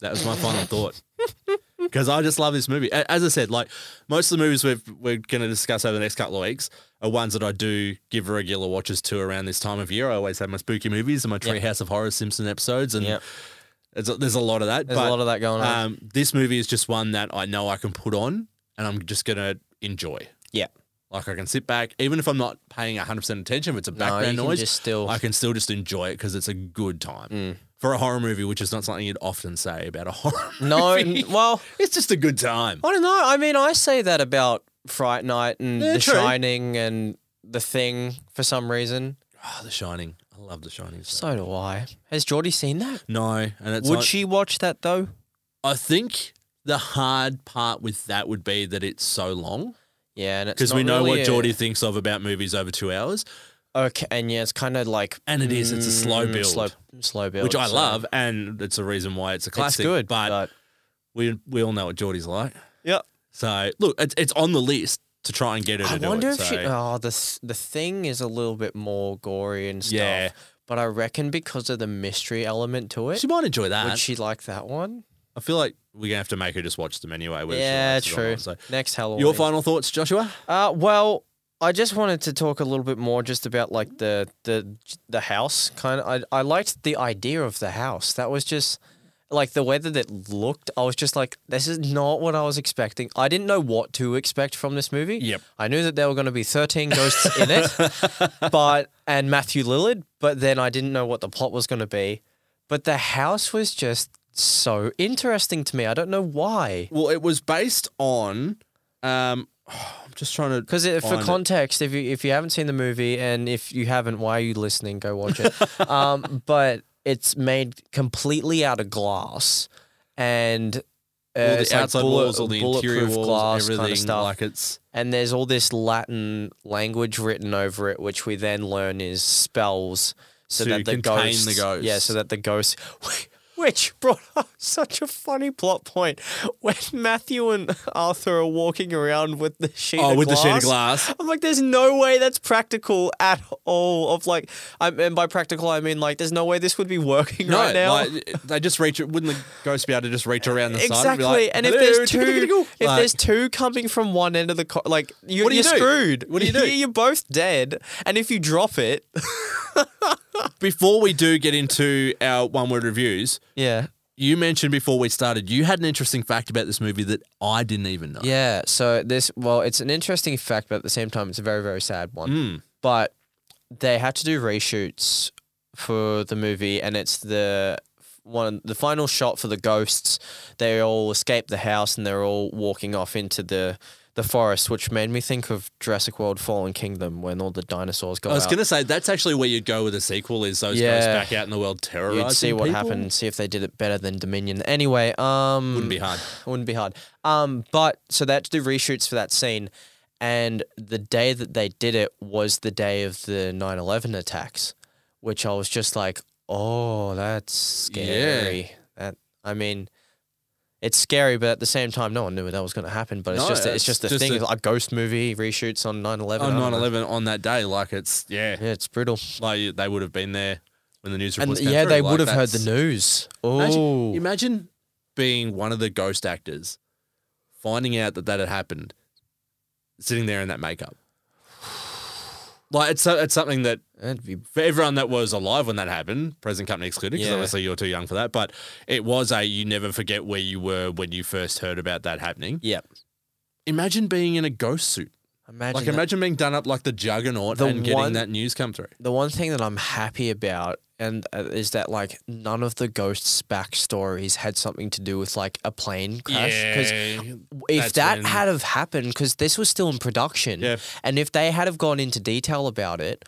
[SPEAKER 1] That was my final thought. Because I just love this movie. A- As I said, like most of the movies we've, we're going to discuss over the next couple of weeks are ones that I do give regular watches to around this time of year. I always have my spooky movies and my
[SPEAKER 2] Yep.
[SPEAKER 1] Treehouse of Horror Simpson episodes, and
[SPEAKER 2] Yep.
[SPEAKER 1] there's, a, there's a lot of that.
[SPEAKER 2] There's
[SPEAKER 1] but
[SPEAKER 2] a lot of that going on.
[SPEAKER 1] um, this movie is just one that I know I can put on and I'm just going to enjoy.
[SPEAKER 2] yeah.
[SPEAKER 1] Like I can sit back, even if I'm not paying 100% attention, if it's a
[SPEAKER 2] No, you
[SPEAKER 1] background
[SPEAKER 2] can
[SPEAKER 1] noise,
[SPEAKER 2] just still. Mm.
[SPEAKER 1] I can still just enjoy it because it's a good time. For a horror movie, which is not something you'd often say about a horror
[SPEAKER 2] no,
[SPEAKER 1] movie.
[SPEAKER 2] n- well.
[SPEAKER 1] it's just a good time.
[SPEAKER 2] I don't know. I mean, I say that about Fright Night and
[SPEAKER 1] Yeah,
[SPEAKER 2] The
[SPEAKER 1] true.
[SPEAKER 2] Shining and The Thing for some reason.
[SPEAKER 1] Oh, The Shining. I love The Shining. So.
[SPEAKER 2] So do I. Has Geordie seen that?
[SPEAKER 1] No, and it's
[SPEAKER 2] Would
[SPEAKER 1] not-
[SPEAKER 2] she watch that though?
[SPEAKER 1] I think the hard part with that would be that it's so long
[SPEAKER 2] Yeah, and it's
[SPEAKER 1] because we
[SPEAKER 2] not
[SPEAKER 1] know
[SPEAKER 2] really
[SPEAKER 1] what
[SPEAKER 2] a-
[SPEAKER 1] Geordie thinks of about movies over two hours,
[SPEAKER 2] Okay, and yeah, it's kind of like
[SPEAKER 1] and it is. It's a slow
[SPEAKER 2] mm,
[SPEAKER 1] build,
[SPEAKER 2] slow, slow build,
[SPEAKER 1] which I
[SPEAKER 2] so
[SPEAKER 1] love, and it's a reason why it's a classic.
[SPEAKER 2] it's good,
[SPEAKER 1] but,
[SPEAKER 2] but,
[SPEAKER 1] we we all know what Geordie's like.
[SPEAKER 2] yeah.
[SPEAKER 1] So look, it's it's on the list to try and get her to
[SPEAKER 2] I
[SPEAKER 1] do
[SPEAKER 2] wonder
[SPEAKER 1] it.
[SPEAKER 2] if she.
[SPEAKER 1] so-
[SPEAKER 2] Oh, the th- the Thing is a little bit more gory and stuff.
[SPEAKER 1] Yeah.
[SPEAKER 2] But I reckon because of the mystery element to it,
[SPEAKER 1] She might enjoy that.
[SPEAKER 2] would she like that one?
[SPEAKER 1] I feel like we're gonna have to make her just watch them anyway. whether she
[SPEAKER 2] Yeah,
[SPEAKER 1] likes it or
[SPEAKER 2] true.
[SPEAKER 1] not, so.
[SPEAKER 2] Next Halloween.
[SPEAKER 1] Your final thoughts, Joshua?
[SPEAKER 2] Uh, well, I just wanted to talk a little bit more just about like the the the house kind of. I I liked the idea of the house. That was just like the way that it looked. I was just like, this is not what I was expecting. I didn't know what to expect from this movie.
[SPEAKER 1] Yep.
[SPEAKER 2] I knew that there were going to be thirteen ghosts in it, but and Matthew Lillard. But then I didn't know what the plot was going to be. But the house was just so interesting to me. I don't know why.
[SPEAKER 1] Well, it was based on. Um, I'm just trying to
[SPEAKER 2] Because for
[SPEAKER 1] find it.
[SPEAKER 2] context, if you if you haven't seen the movie and if you haven't, why are you listening? Go watch it. um, but it's made completely out of glass, and uh,
[SPEAKER 1] all
[SPEAKER 2] it's
[SPEAKER 1] the
[SPEAKER 2] like
[SPEAKER 1] outside
[SPEAKER 2] bullet-
[SPEAKER 1] walls, all the interior
[SPEAKER 2] bulletproof
[SPEAKER 1] walls,
[SPEAKER 2] glass
[SPEAKER 1] everything
[SPEAKER 2] kind of stuff.
[SPEAKER 1] like it's
[SPEAKER 2] and there's all this Latin language written over it, which we then learn is spells, so
[SPEAKER 1] To
[SPEAKER 2] that the
[SPEAKER 1] contain
[SPEAKER 2] ghosts,
[SPEAKER 1] the ghosts.
[SPEAKER 2] yeah, so that the ghosts. Which brought up such a funny plot point when Matthew and Arthur are walking around with the sheet
[SPEAKER 1] oh
[SPEAKER 2] of
[SPEAKER 1] with the
[SPEAKER 2] glass.
[SPEAKER 1] sheet of glass.
[SPEAKER 2] I'm like, there's no way that's practical at all. Of like, I and by practical I mean like, there's no way this would be working
[SPEAKER 1] No,
[SPEAKER 2] right now.
[SPEAKER 1] like, they just reach. it. Wouldn't the ghost be able to just reach around the side?
[SPEAKER 2] exactly. and if there's two, if there's two coming from one end of the car, like you,
[SPEAKER 1] What do you
[SPEAKER 2] you're
[SPEAKER 1] do?
[SPEAKER 2] screwed.
[SPEAKER 1] What do you do?
[SPEAKER 2] You're both dead. And if you drop it,
[SPEAKER 1] before we do get into our one word reviews,
[SPEAKER 2] yeah,
[SPEAKER 1] you mentioned before we started you had an interesting fact about this movie that I didn't even know.
[SPEAKER 2] Yeah. So this, well, it's an interesting fact, but at the same time, it's a very, very sad one.
[SPEAKER 1] Hmm.
[SPEAKER 2] But they had to do reshoots for the movie, and it's the one, the final shot for the ghosts. They all escape the house, and they're all walking off into the the forest, which made me think of Jurassic World Fallen Kingdom when all the dinosaurs go
[SPEAKER 1] I was
[SPEAKER 2] out.
[SPEAKER 1] going to say that's actually where you'd go with a sequel is those guys
[SPEAKER 2] Yeah.
[SPEAKER 1] back out in the world terrorizing
[SPEAKER 2] You'd see what
[SPEAKER 1] people.
[SPEAKER 2] happened and see if they did it better than Dominion. Anyway, um
[SPEAKER 1] Wouldn't be hard.
[SPEAKER 2] wouldn't be hard. Um, but so they had to do reshoots for that scene, and the day that they did it was the day of the 9/11 attacks, which I was just like, oh, that's
[SPEAKER 1] Yeah.
[SPEAKER 2] scary. That I mean. It's scary, but at the same time, no one knew that was going to happen. But it's
[SPEAKER 1] No,
[SPEAKER 2] just it's
[SPEAKER 1] it's
[SPEAKER 2] just a
[SPEAKER 1] just
[SPEAKER 2] thing,
[SPEAKER 1] a-
[SPEAKER 2] it's like ghost movie reshoots on 9/11.
[SPEAKER 1] on
[SPEAKER 2] I don't know.
[SPEAKER 1] 9/11 on that day. Like it's yeah,
[SPEAKER 2] Yeah, it's brutal.
[SPEAKER 1] like they would have been there when the news
[SPEAKER 2] And
[SPEAKER 1] reports. came
[SPEAKER 2] yeah,
[SPEAKER 1] through.
[SPEAKER 2] they
[SPEAKER 1] Like,
[SPEAKER 2] would have heard the
[SPEAKER 1] that's-
[SPEAKER 2] news.
[SPEAKER 1] Imagine,
[SPEAKER 2] Oh,
[SPEAKER 1] imagine being one of the ghost actors, finding out that that had happened, sitting there in that makeup. Like it's so- it's something that
[SPEAKER 2] that'd be
[SPEAKER 1] for everyone that was alive when that happened, present company excluded, because
[SPEAKER 2] Yeah.
[SPEAKER 1] obviously you're too young for that. But it was a you never forget where you were when you first heard about that happening.
[SPEAKER 2] yeah.
[SPEAKER 1] Imagine being in a ghost suit.
[SPEAKER 2] Imagine
[SPEAKER 1] Like
[SPEAKER 2] that.
[SPEAKER 1] imagine being done up like the juggernaut
[SPEAKER 2] The
[SPEAKER 1] and getting
[SPEAKER 2] one-
[SPEAKER 1] that news come through.
[SPEAKER 2] the one thing that I'm happy about and uh, is that like none of the ghosts' backstories had something to do with like a plane crash. Because if
[SPEAKER 1] that's
[SPEAKER 2] that
[SPEAKER 1] when-
[SPEAKER 2] had have happened, because this was still in production,
[SPEAKER 1] Yeah.
[SPEAKER 2] and if they had have gone into detail about it,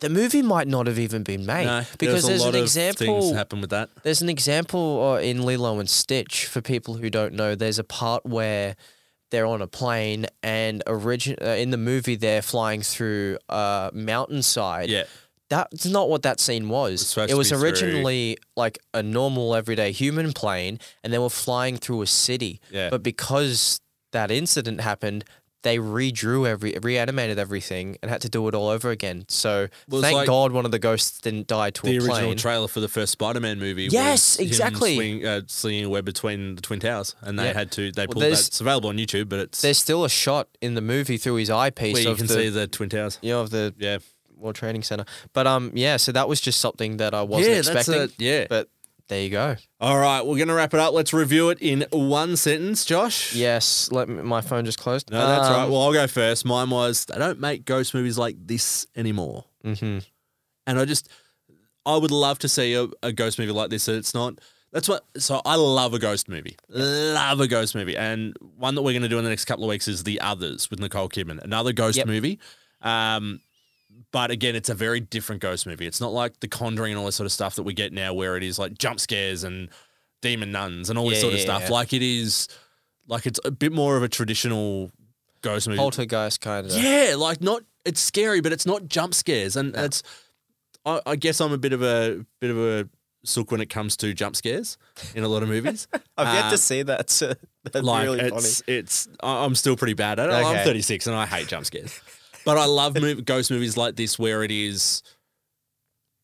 [SPEAKER 2] the movie might not have even been made.
[SPEAKER 1] No,
[SPEAKER 2] because
[SPEAKER 1] a
[SPEAKER 2] there's
[SPEAKER 1] lot
[SPEAKER 2] an
[SPEAKER 1] of things
[SPEAKER 2] example.
[SPEAKER 1] happen with that.
[SPEAKER 2] There's an example uh, in Lilo and Stitch for people who don't know. There's a part where they're on a plane, and origin uh, in the movie they're flying through a mountainside.
[SPEAKER 1] Yeah,
[SPEAKER 2] That's not what that scene was.
[SPEAKER 1] supposed
[SPEAKER 2] It
[SPEAKER 1] to
[SPEAKER 2] was
[SPEAKER 1] be through-
[SPEAKER 2] originally like a normal everyday human plane, and they were flying through a city.
[SPEAKER 1] Yeah.
[SPEAKER 2] But because that incident happened, they redrew every, reanimated everything, and had to do it all over again. So
[SPEAKER 1] Well, it's
[SPEAKER 2] thank
[SPEAKER 1] like
[SPEAKER 2] God one of the ghosts didn't die to
[SPEAKER 1] the
[SPEAKER 2] a
[SPEAKER 1] original
[SPEAKER 2] plane.
[SPEAKER 1] trailer for the first Spider-Man movie.
[SPEAKER 2] Yes,
[SPEAKER 1] was him
[SPEAKER 2] exactly.
[SPEAKER 1] Swing, uh, slinging a web between the twin towers, and they
[SPEAKER 2] Yeah.
[SPEAKER 1] had to. They pulled
[SPEAKER 2] there's-
[SPEAKER 1] that. It's available on YouTube, but it's
[SPEAKER 2] There's still a shot in the movie through his eyepiece
[SPEAKER 1] where you
[SPEAKER 2] of
[SPEAKER 1] can
[SPEAKER 2] the
[SPEAKER 1] see the twin towers.
[SPEAKER 2] you know, of the
[SPEAKER 1] Yeah,
[SPEAKER 2] World Trading Center. But um, yeah. So that was just something that I wasn't
[SPEAKER 1] Yeah, that's
[SPEAKER 2] expecting.
[SPEAKER 1] a- yeah.
[SPEAKER 2] But there you go.
[SPEAKER 1] All right, we're gonna wrap it up. Let's review it in one sentence, Josh.
[SPEAKER 2] Yes. Let me, my phone just closed.
[SPEAKER 1] No, that's right.
[SPEAKER 2] Um,
[SPEAKER 1] Well, I'll go first. Mine was they don't make ghost movies like this anymore. Mm-hmm. And I just, I would love to see a, a ghost movie like this. And it's not. That's what. So I love a ghost movie. Love a ghost movie. And one that we're going to do in the next couple of weeks is The Others with Nicole Kidman. Another ghost
[SPEAKER 2] Yep.
[SPEAKER 1] movie. Um, but again, it's a very different ghost movie. It's not like The Conjuring and all this sort of stuff that we get now, where it is like jump scares and demon nuns and all this
[SPEAKER 2] Yeah,
[SPEAKER 1] sort of
[SPEAKER 2] yeah,
[SPEAKER 1] stuff.
[SPEAKER 2] yeah.
[SPEAKER 1] Like it is, like it's a bit more of a traditional ghost movie.
[SPEAKER 2] poltergeist kind of.
[SPEAKER 1] Yeah, like not it's scary, but it's not jump scares, and that's. I, I guess I'm a bit of a bit of a sook when it comes to jump scares in a lot of movies.
[SPEAKER 2] I've yet
[SPEAKER 1] Um,
[SPEAKER 2] to see that. So that's
[SPEAKER 1] like
[SPEAKER 2] really funny.
[SPEAKER 1] it's it's I- I'm still pretty bad at it. I'm
[SPEAKER 2] Okay.
[SPEAKER 1] 36 and I hate jump scares, but I love mov ghost movies like this where it is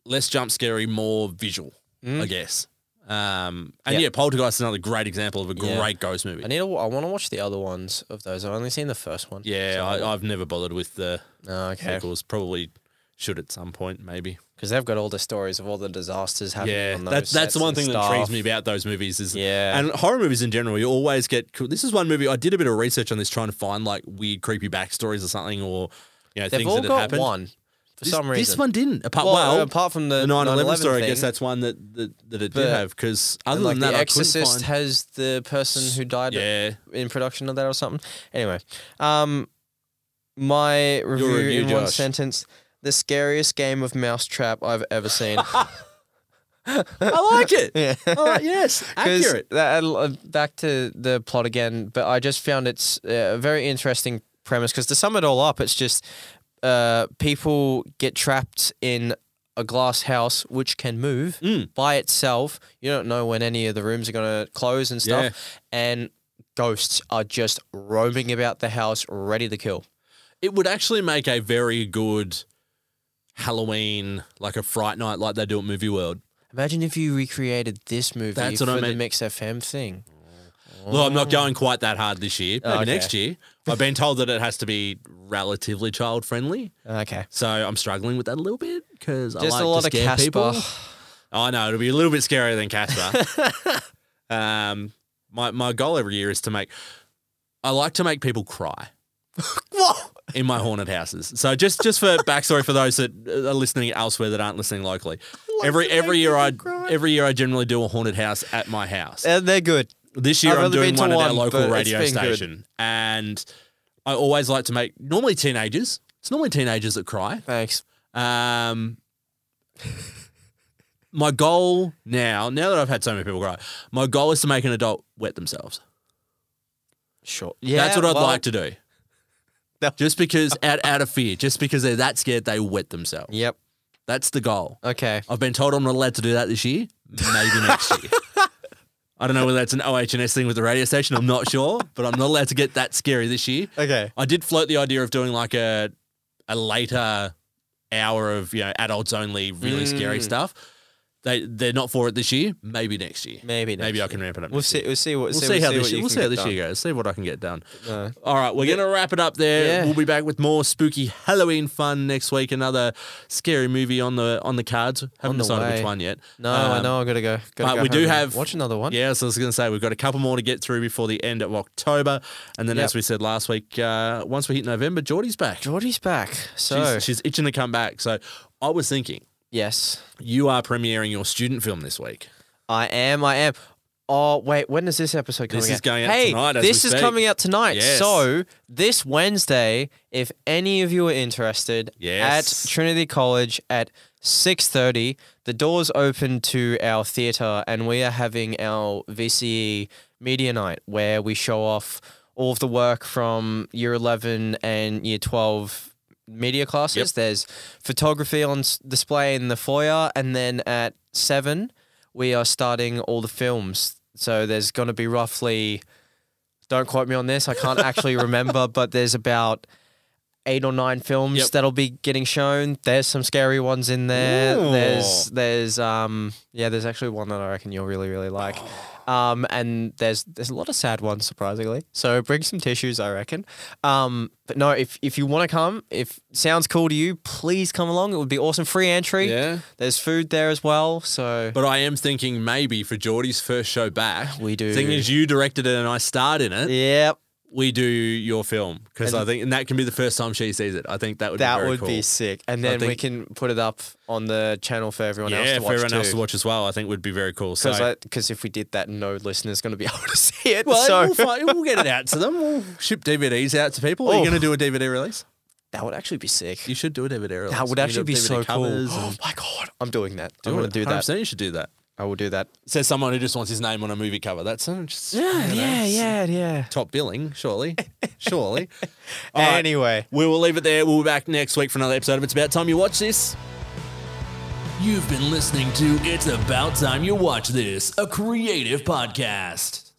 [SPEAKER 1] less jump scary, more visual. I guess. Um, and
[SPEAKER 2] Mm. Yeah.
[SPEAKER 1] yeah, Poltergeist is another great example of a
[SPEAKER 2] Yeah.
[SPEAKER 1] great ghost movie.
[SPEAKER 2] I need. To, I want to watch the other ones of those. I've only seen the first one.
[SPEAKER 1] yeah,
[SPEAKER 2] So-
[SPEAKER 1] I, I've never bothered with the
[SPEAKER 2] Oh, okay.
[SPEAKER 1] sequels. Probably should at some point, maybe.
[SPEAKER 2] Because they've got all the stories of all the disasters happening.
[SPEAKER 1] Yeah,
[SPEAKER 2] on those
[SPEAKER 1] that, that's
[SPEAKER 2] sets
[SPEAKER 1] the one
[SPEAKER 2] and
[SPEAKER 1] thing
[SPEAKER 2] stuff.
[SPEAKER 1] that intrigues me about those movies is
[SPEAKER 2] Yeah.
[SPEAKER 1] and horror movies in general. You always get cool. This is one movie I did a bit of research on this, trying to find like weird, creepy backstories or something, or you know
[SPEAKER 2] They've
[SPEAKER 1] things
[SPEAKER 2] all
[SPEAKER 1] that
[SPEAKER 2] got
[SPEAKER 1] have happened.
[SPEAKER 2] one for
[SPEAKER 1] this,
[SPEAKER 2] some reason.
[SPEAKER 1] this one didn't. Apart
[SPEAKER 2] Well,
[SPEAKER 1] well,
[SPEAKER 2] apart from
[SPEAKER 1] the
[SPEAKER 2] the
[SPEAKER 1] 9/11 story, I guess
[SPEAKER 2] 9/11 thing.
[SPEAKER 1] that's one that that, that it
[SPEAKER 2] But-
[SPEAKER 1] did have. Because other
[SPEAKER 2] And, like
[SPEAKER 1] than that,
[SPEAKER 2] the
[SPEAKER 1] I couldn't
[SPEAKER 2] Exorcist
[SPEAKER 1] find-
[SPEAKER 2] has the person who died
[SPEAKER 1] yeah.
[SPEAKER 2] in production of that or something. Anyway, um, my review,
[SPEAKER 1] review,
[SPEAKER 2] in one
[SPEAKER 1] Josh.
[SPEAKER 2] sentence: the scariest game of mousetrap I've ever seen.
[SPEAKER 1] I like it.
[SPEAKER 2] Yeah.
[SPEAKER 1] I like- yes,
[SPEAKER 2] 'Cause
[SPEAKER 1] accurate.
[SPEAKER 2] That, uh, back to the plot again, but I just found it's uh, a very interesting premise because to sum it all up, it's just uh, people get trapped in a glass house which can move
[SPEAKER 1] Hmm.
[SPEAKER 2] by itself. You don't know when any of the rooms are going to close and stuff, and ghosts are just roaming about the house, ready to kill.
[SPEAKER 1] It would actually make a very good Halloween, like a Fright Night, like they do at Movie World.
[SPEAKER 2] Imagine if you recreated this movie
[SPEAKER 1] That's
[SPEAKER 2] for
[SPEAKER 1] what I
[SPEAKER 2] the
[SPEAKER 1] mean.
[SPEAKER 2] Mix FM thing.
[SPEAKER 1] Look, I'm not going quite that hard this year. Maybe
[SPEAKER 2] Oh, okay.
[SPEAKER 1] next year. I've been told that it has to be relatively child friendly,
[SPEAKER 2] Okay,
[SPEAKER 1] so I'm struggling with that a little bit because I
[SPEAKER 2] just
[SPEAKER 1] like
[SPEAKER 2] a lot
[SPEAKER 1] to
[SPEAKER 2] of
[SPEAKER 1] scare
[SPEAKER 2] Casper.
[SPEAKER 1] people. I know it'll be a little bit scarier than Casper. um, my my goal every year is to make. I like to make people cry in my haunted houses. So just just for backstory for those that are listening elsewhere that aren't listening locally, every every year I every year I generally do a haunted house at my house.
[SPEAKER 2] And they're good.
[SPEAKER 1] This year
[SPEAKER 2] I've
[SPEAKER 1] i am
[SPEAKER 2] only
[SPEAKER 1] doing
[SPEAKER 2] been to
[SPEAKER 1] one at our
[SPEAKER 2] one,
[SPEAKER 1] local
[SPEAKER 2] but it's
[SPEAKER 1] radio
[SPEAKER 2] been good.
[SPEAKER 1] station, and I always like to make normally teenagers. It's normally teenagers that cry.
[SPEAKER 2] Thanks.
[SPEAKER 1] Um, my goal now, now that I've had so many people cry, my goal is to make an adult wet themselves.
[SPEAKER 2] Sure. Yeah.
[SPEAKER 1] That's what I'd
[SPEAKER 2] well,
[SPEAKER 1] like to do.
[SPEAKER 2] No.
[SPEAKER 1] Just because out out of fear, just because they're that scared, they wet themselves.
[SPEAKER 2] Yep.
[SPEAKER 1] That's the goal.
[SPEAKER 2] Okay.
[SPEAKER 1] I've been told I'm not allowed to do that this year. Maybe next year. I don't know whether that's an OHS thing with the radio station. I'm not sure, but I'm not allowed to get that scary this year.
[SPEAKER 2] Okay.
[SPEAKER 1] I did float the idea of doing like a a later hour of you know adults only really
[SPEAKER 2] Mm.
[SPEAKER 1] scary stuff. They they're not for it this year. Maybe next year.
[SPEAKER 2] Maybe next
[SPEAKER 1] maybe I
[SPEAKER 2] year.
[SPEAKER 1] can ramp it up.
[SPEAKER 2] We'll
[SPEAKER 1] next
[SPEAKER 2] see.
[SPEAKER 1] year.
[SPEAKER 2] We'll see what.
[SPEAKER 1] We'll see, how
[SPEAKER 2] what
[SPEAKER 1] this
[SPEAKER 2] you
[SPEAKER 1] year, we'll
[SPEAKER 2] can
[SPEAKER 1] see how
[SPEAKER 2] get
[SPEAKER 1] this
[SPEAKER 2] done.
[SPEAKER 1] year goes. See what I can get done.
[SPEAKER 2] No.
[SPEAKER 1] All right, we're gonna wrap it up there.
[SPEAKER 2] Yeah.
[SPEAKER 1] We'll be back with more spooky Halloween fun next week. Another scary movie on the on the cards. Haven't
[SPEAKER 2] On the
[SPEAKER 1] decided which
[SPEAKER 2] way.
[SPEAKER 1] one yet.
[SPEAKER 2] No, I
[SPEAKER 1] Um,
[SPEAKER 2] know. I gotta go. Gotta
[SPEAKER 1] but
[SPEAKER 2] go
[SPEAKER 1] we do
[SPEAKER 2] home and
[SPEAKER 1] have-
[SPEAKER 2] watch another one.
[SPEAKER 1] Yeah, so I was going to say we've got a couple more to get through before the end of October, and then
[SPEAKER 2] Yep.
[SPEAKER 1] as we said last week, uh, once we hit November, Geordie's back.
[SPEAKER 2] Geordie's back. So
[SPEAKER 1] She's, she's itching to come back. So I was thinking,
[SPEAKER 2] yes,
[SPEAKER 1] you are premiering your student film this week.
[SPEAKER 2] I am. I am. Oh wait, when is this episode coming
[SPEAKER 1] This
[SPEAKER 2] out?
[SPEAKER 1] is going out
[SPEAKER 2] hey,
[SPEAKER 1] tonight as we
[SPEAKER 2] this is
[SPEAKER 1] speak.
[SPEAKER 2] coming out tonight.
[SPEAKER 1] Yes.
[SPEAKER 2] So this Wednesday, if any of you are interested,
[SPEAKER 1] Yes.
[SPEAKER 2] at Trinity College at six thirty, the doors open to our theatre, and we are having our VCE media night where we show off all of the work from year eleven and year twelve media classes. There's photography on s- display in the foyer, and then at seven, we are starting all the films. So there's going to be roughly, don't quote me on this, I can't actually remember, but there's about eight or nine films
[SPEAKER 1] Yep.
[SPEAKER 2] that'll be getting shown. There's some scary ones in there. There's
[SPEAKER 1] Ooh.
[SPEAKER 2] there's um yeah, there's actually one that I reckon you'll really really like. Um and there's there's a lot of sad ones surprisingly. So bring some tissues, I reckon. Um but no, if if you want to come, if sounds cool to you, please come along. It would be awesome free entry.
[SPEAKER 1] Yeah.
[SPEAKER 2] There's food there as well, so
[SPEAKER 1] But I am thinking maybe for Geordie's first show back,
[SPEAKER 2] We do.
[SPEAKER 1] Thing is, you directed it and I starred in it.
[SPEAKER 2] Yep.
[SPEAKER 1] We do your film because
[SPEAKER 2] And-
[SPEAKER 1] I think, and that can be the first time she sees it. I think that would be
[SPEAKER 2] That
[SPEAKER 1] very
[SPEAKER 2] would
[SPEAKER 1] cool.
[SPEAKER 2] be sick. And then we
[SPEAKER 1] think-
[SPEAKER 2] can put it up on the channel for everyone else
[SPEAKER 1] yeah,
[SPEAKER 2] to
[SPEAKER 1] for
[SPEAKER 2] watch
[SPEAKER 1] everyone
[SPEAKER 2] too.
[SPEAKER 1] else to watch as well. I think would be very cool. So.
[SPEAKER 2] Because if we did that, no listener's going to be able to see it.
[SPEAKER 1] well,
[SPEAKER 2] so
[SPEAKER 1] we'll, find, we'll get it out to them. We'll ship DVDs out to people. Are you
[SPEAKER 2] Oh.
[SPEAKER 1] going to do a DVD release?
[SPEAKER 2] that would actually be sick.
[SPEAKER 1] You should do a DVD release.
[SPEAKER 2] that would
[SPEAKER 1] You
[SPEAKER 2] actually
[SPEAKER 1] can do
[SPEAKER 2] be so
[SPEAKER 1] DVD
[SPEAKER 2] cool.
[SPEAKER 1] covers
[SPEAKER 2] Oh
[SPEAKER 1] and-
[SPEAKER 2] my god, I'm doing that.
[SPEAKER 1] Do
[SPEAKER 2] I'm going
[SPEAKER 1] it.
[SPEAKER 2] to do that.
[SPEAKER 1] 100% You should do that.
[SPEAKER 2] I will do that.
[SPEAKER 1] Says someone who just wants his name on a movie cover. That's uh, just you know, it's-
[SPEAKER 2] yeah.
[SPEAKER 1] top billing, surely. surely. All right.
[SPEAKER 2] Anyway,
[SPEAKER 1] We will leave it there. We'll be back next week for another episode of It's About Time You Watch This. You've been listening to It's About Time You Watch This, a creative podcast.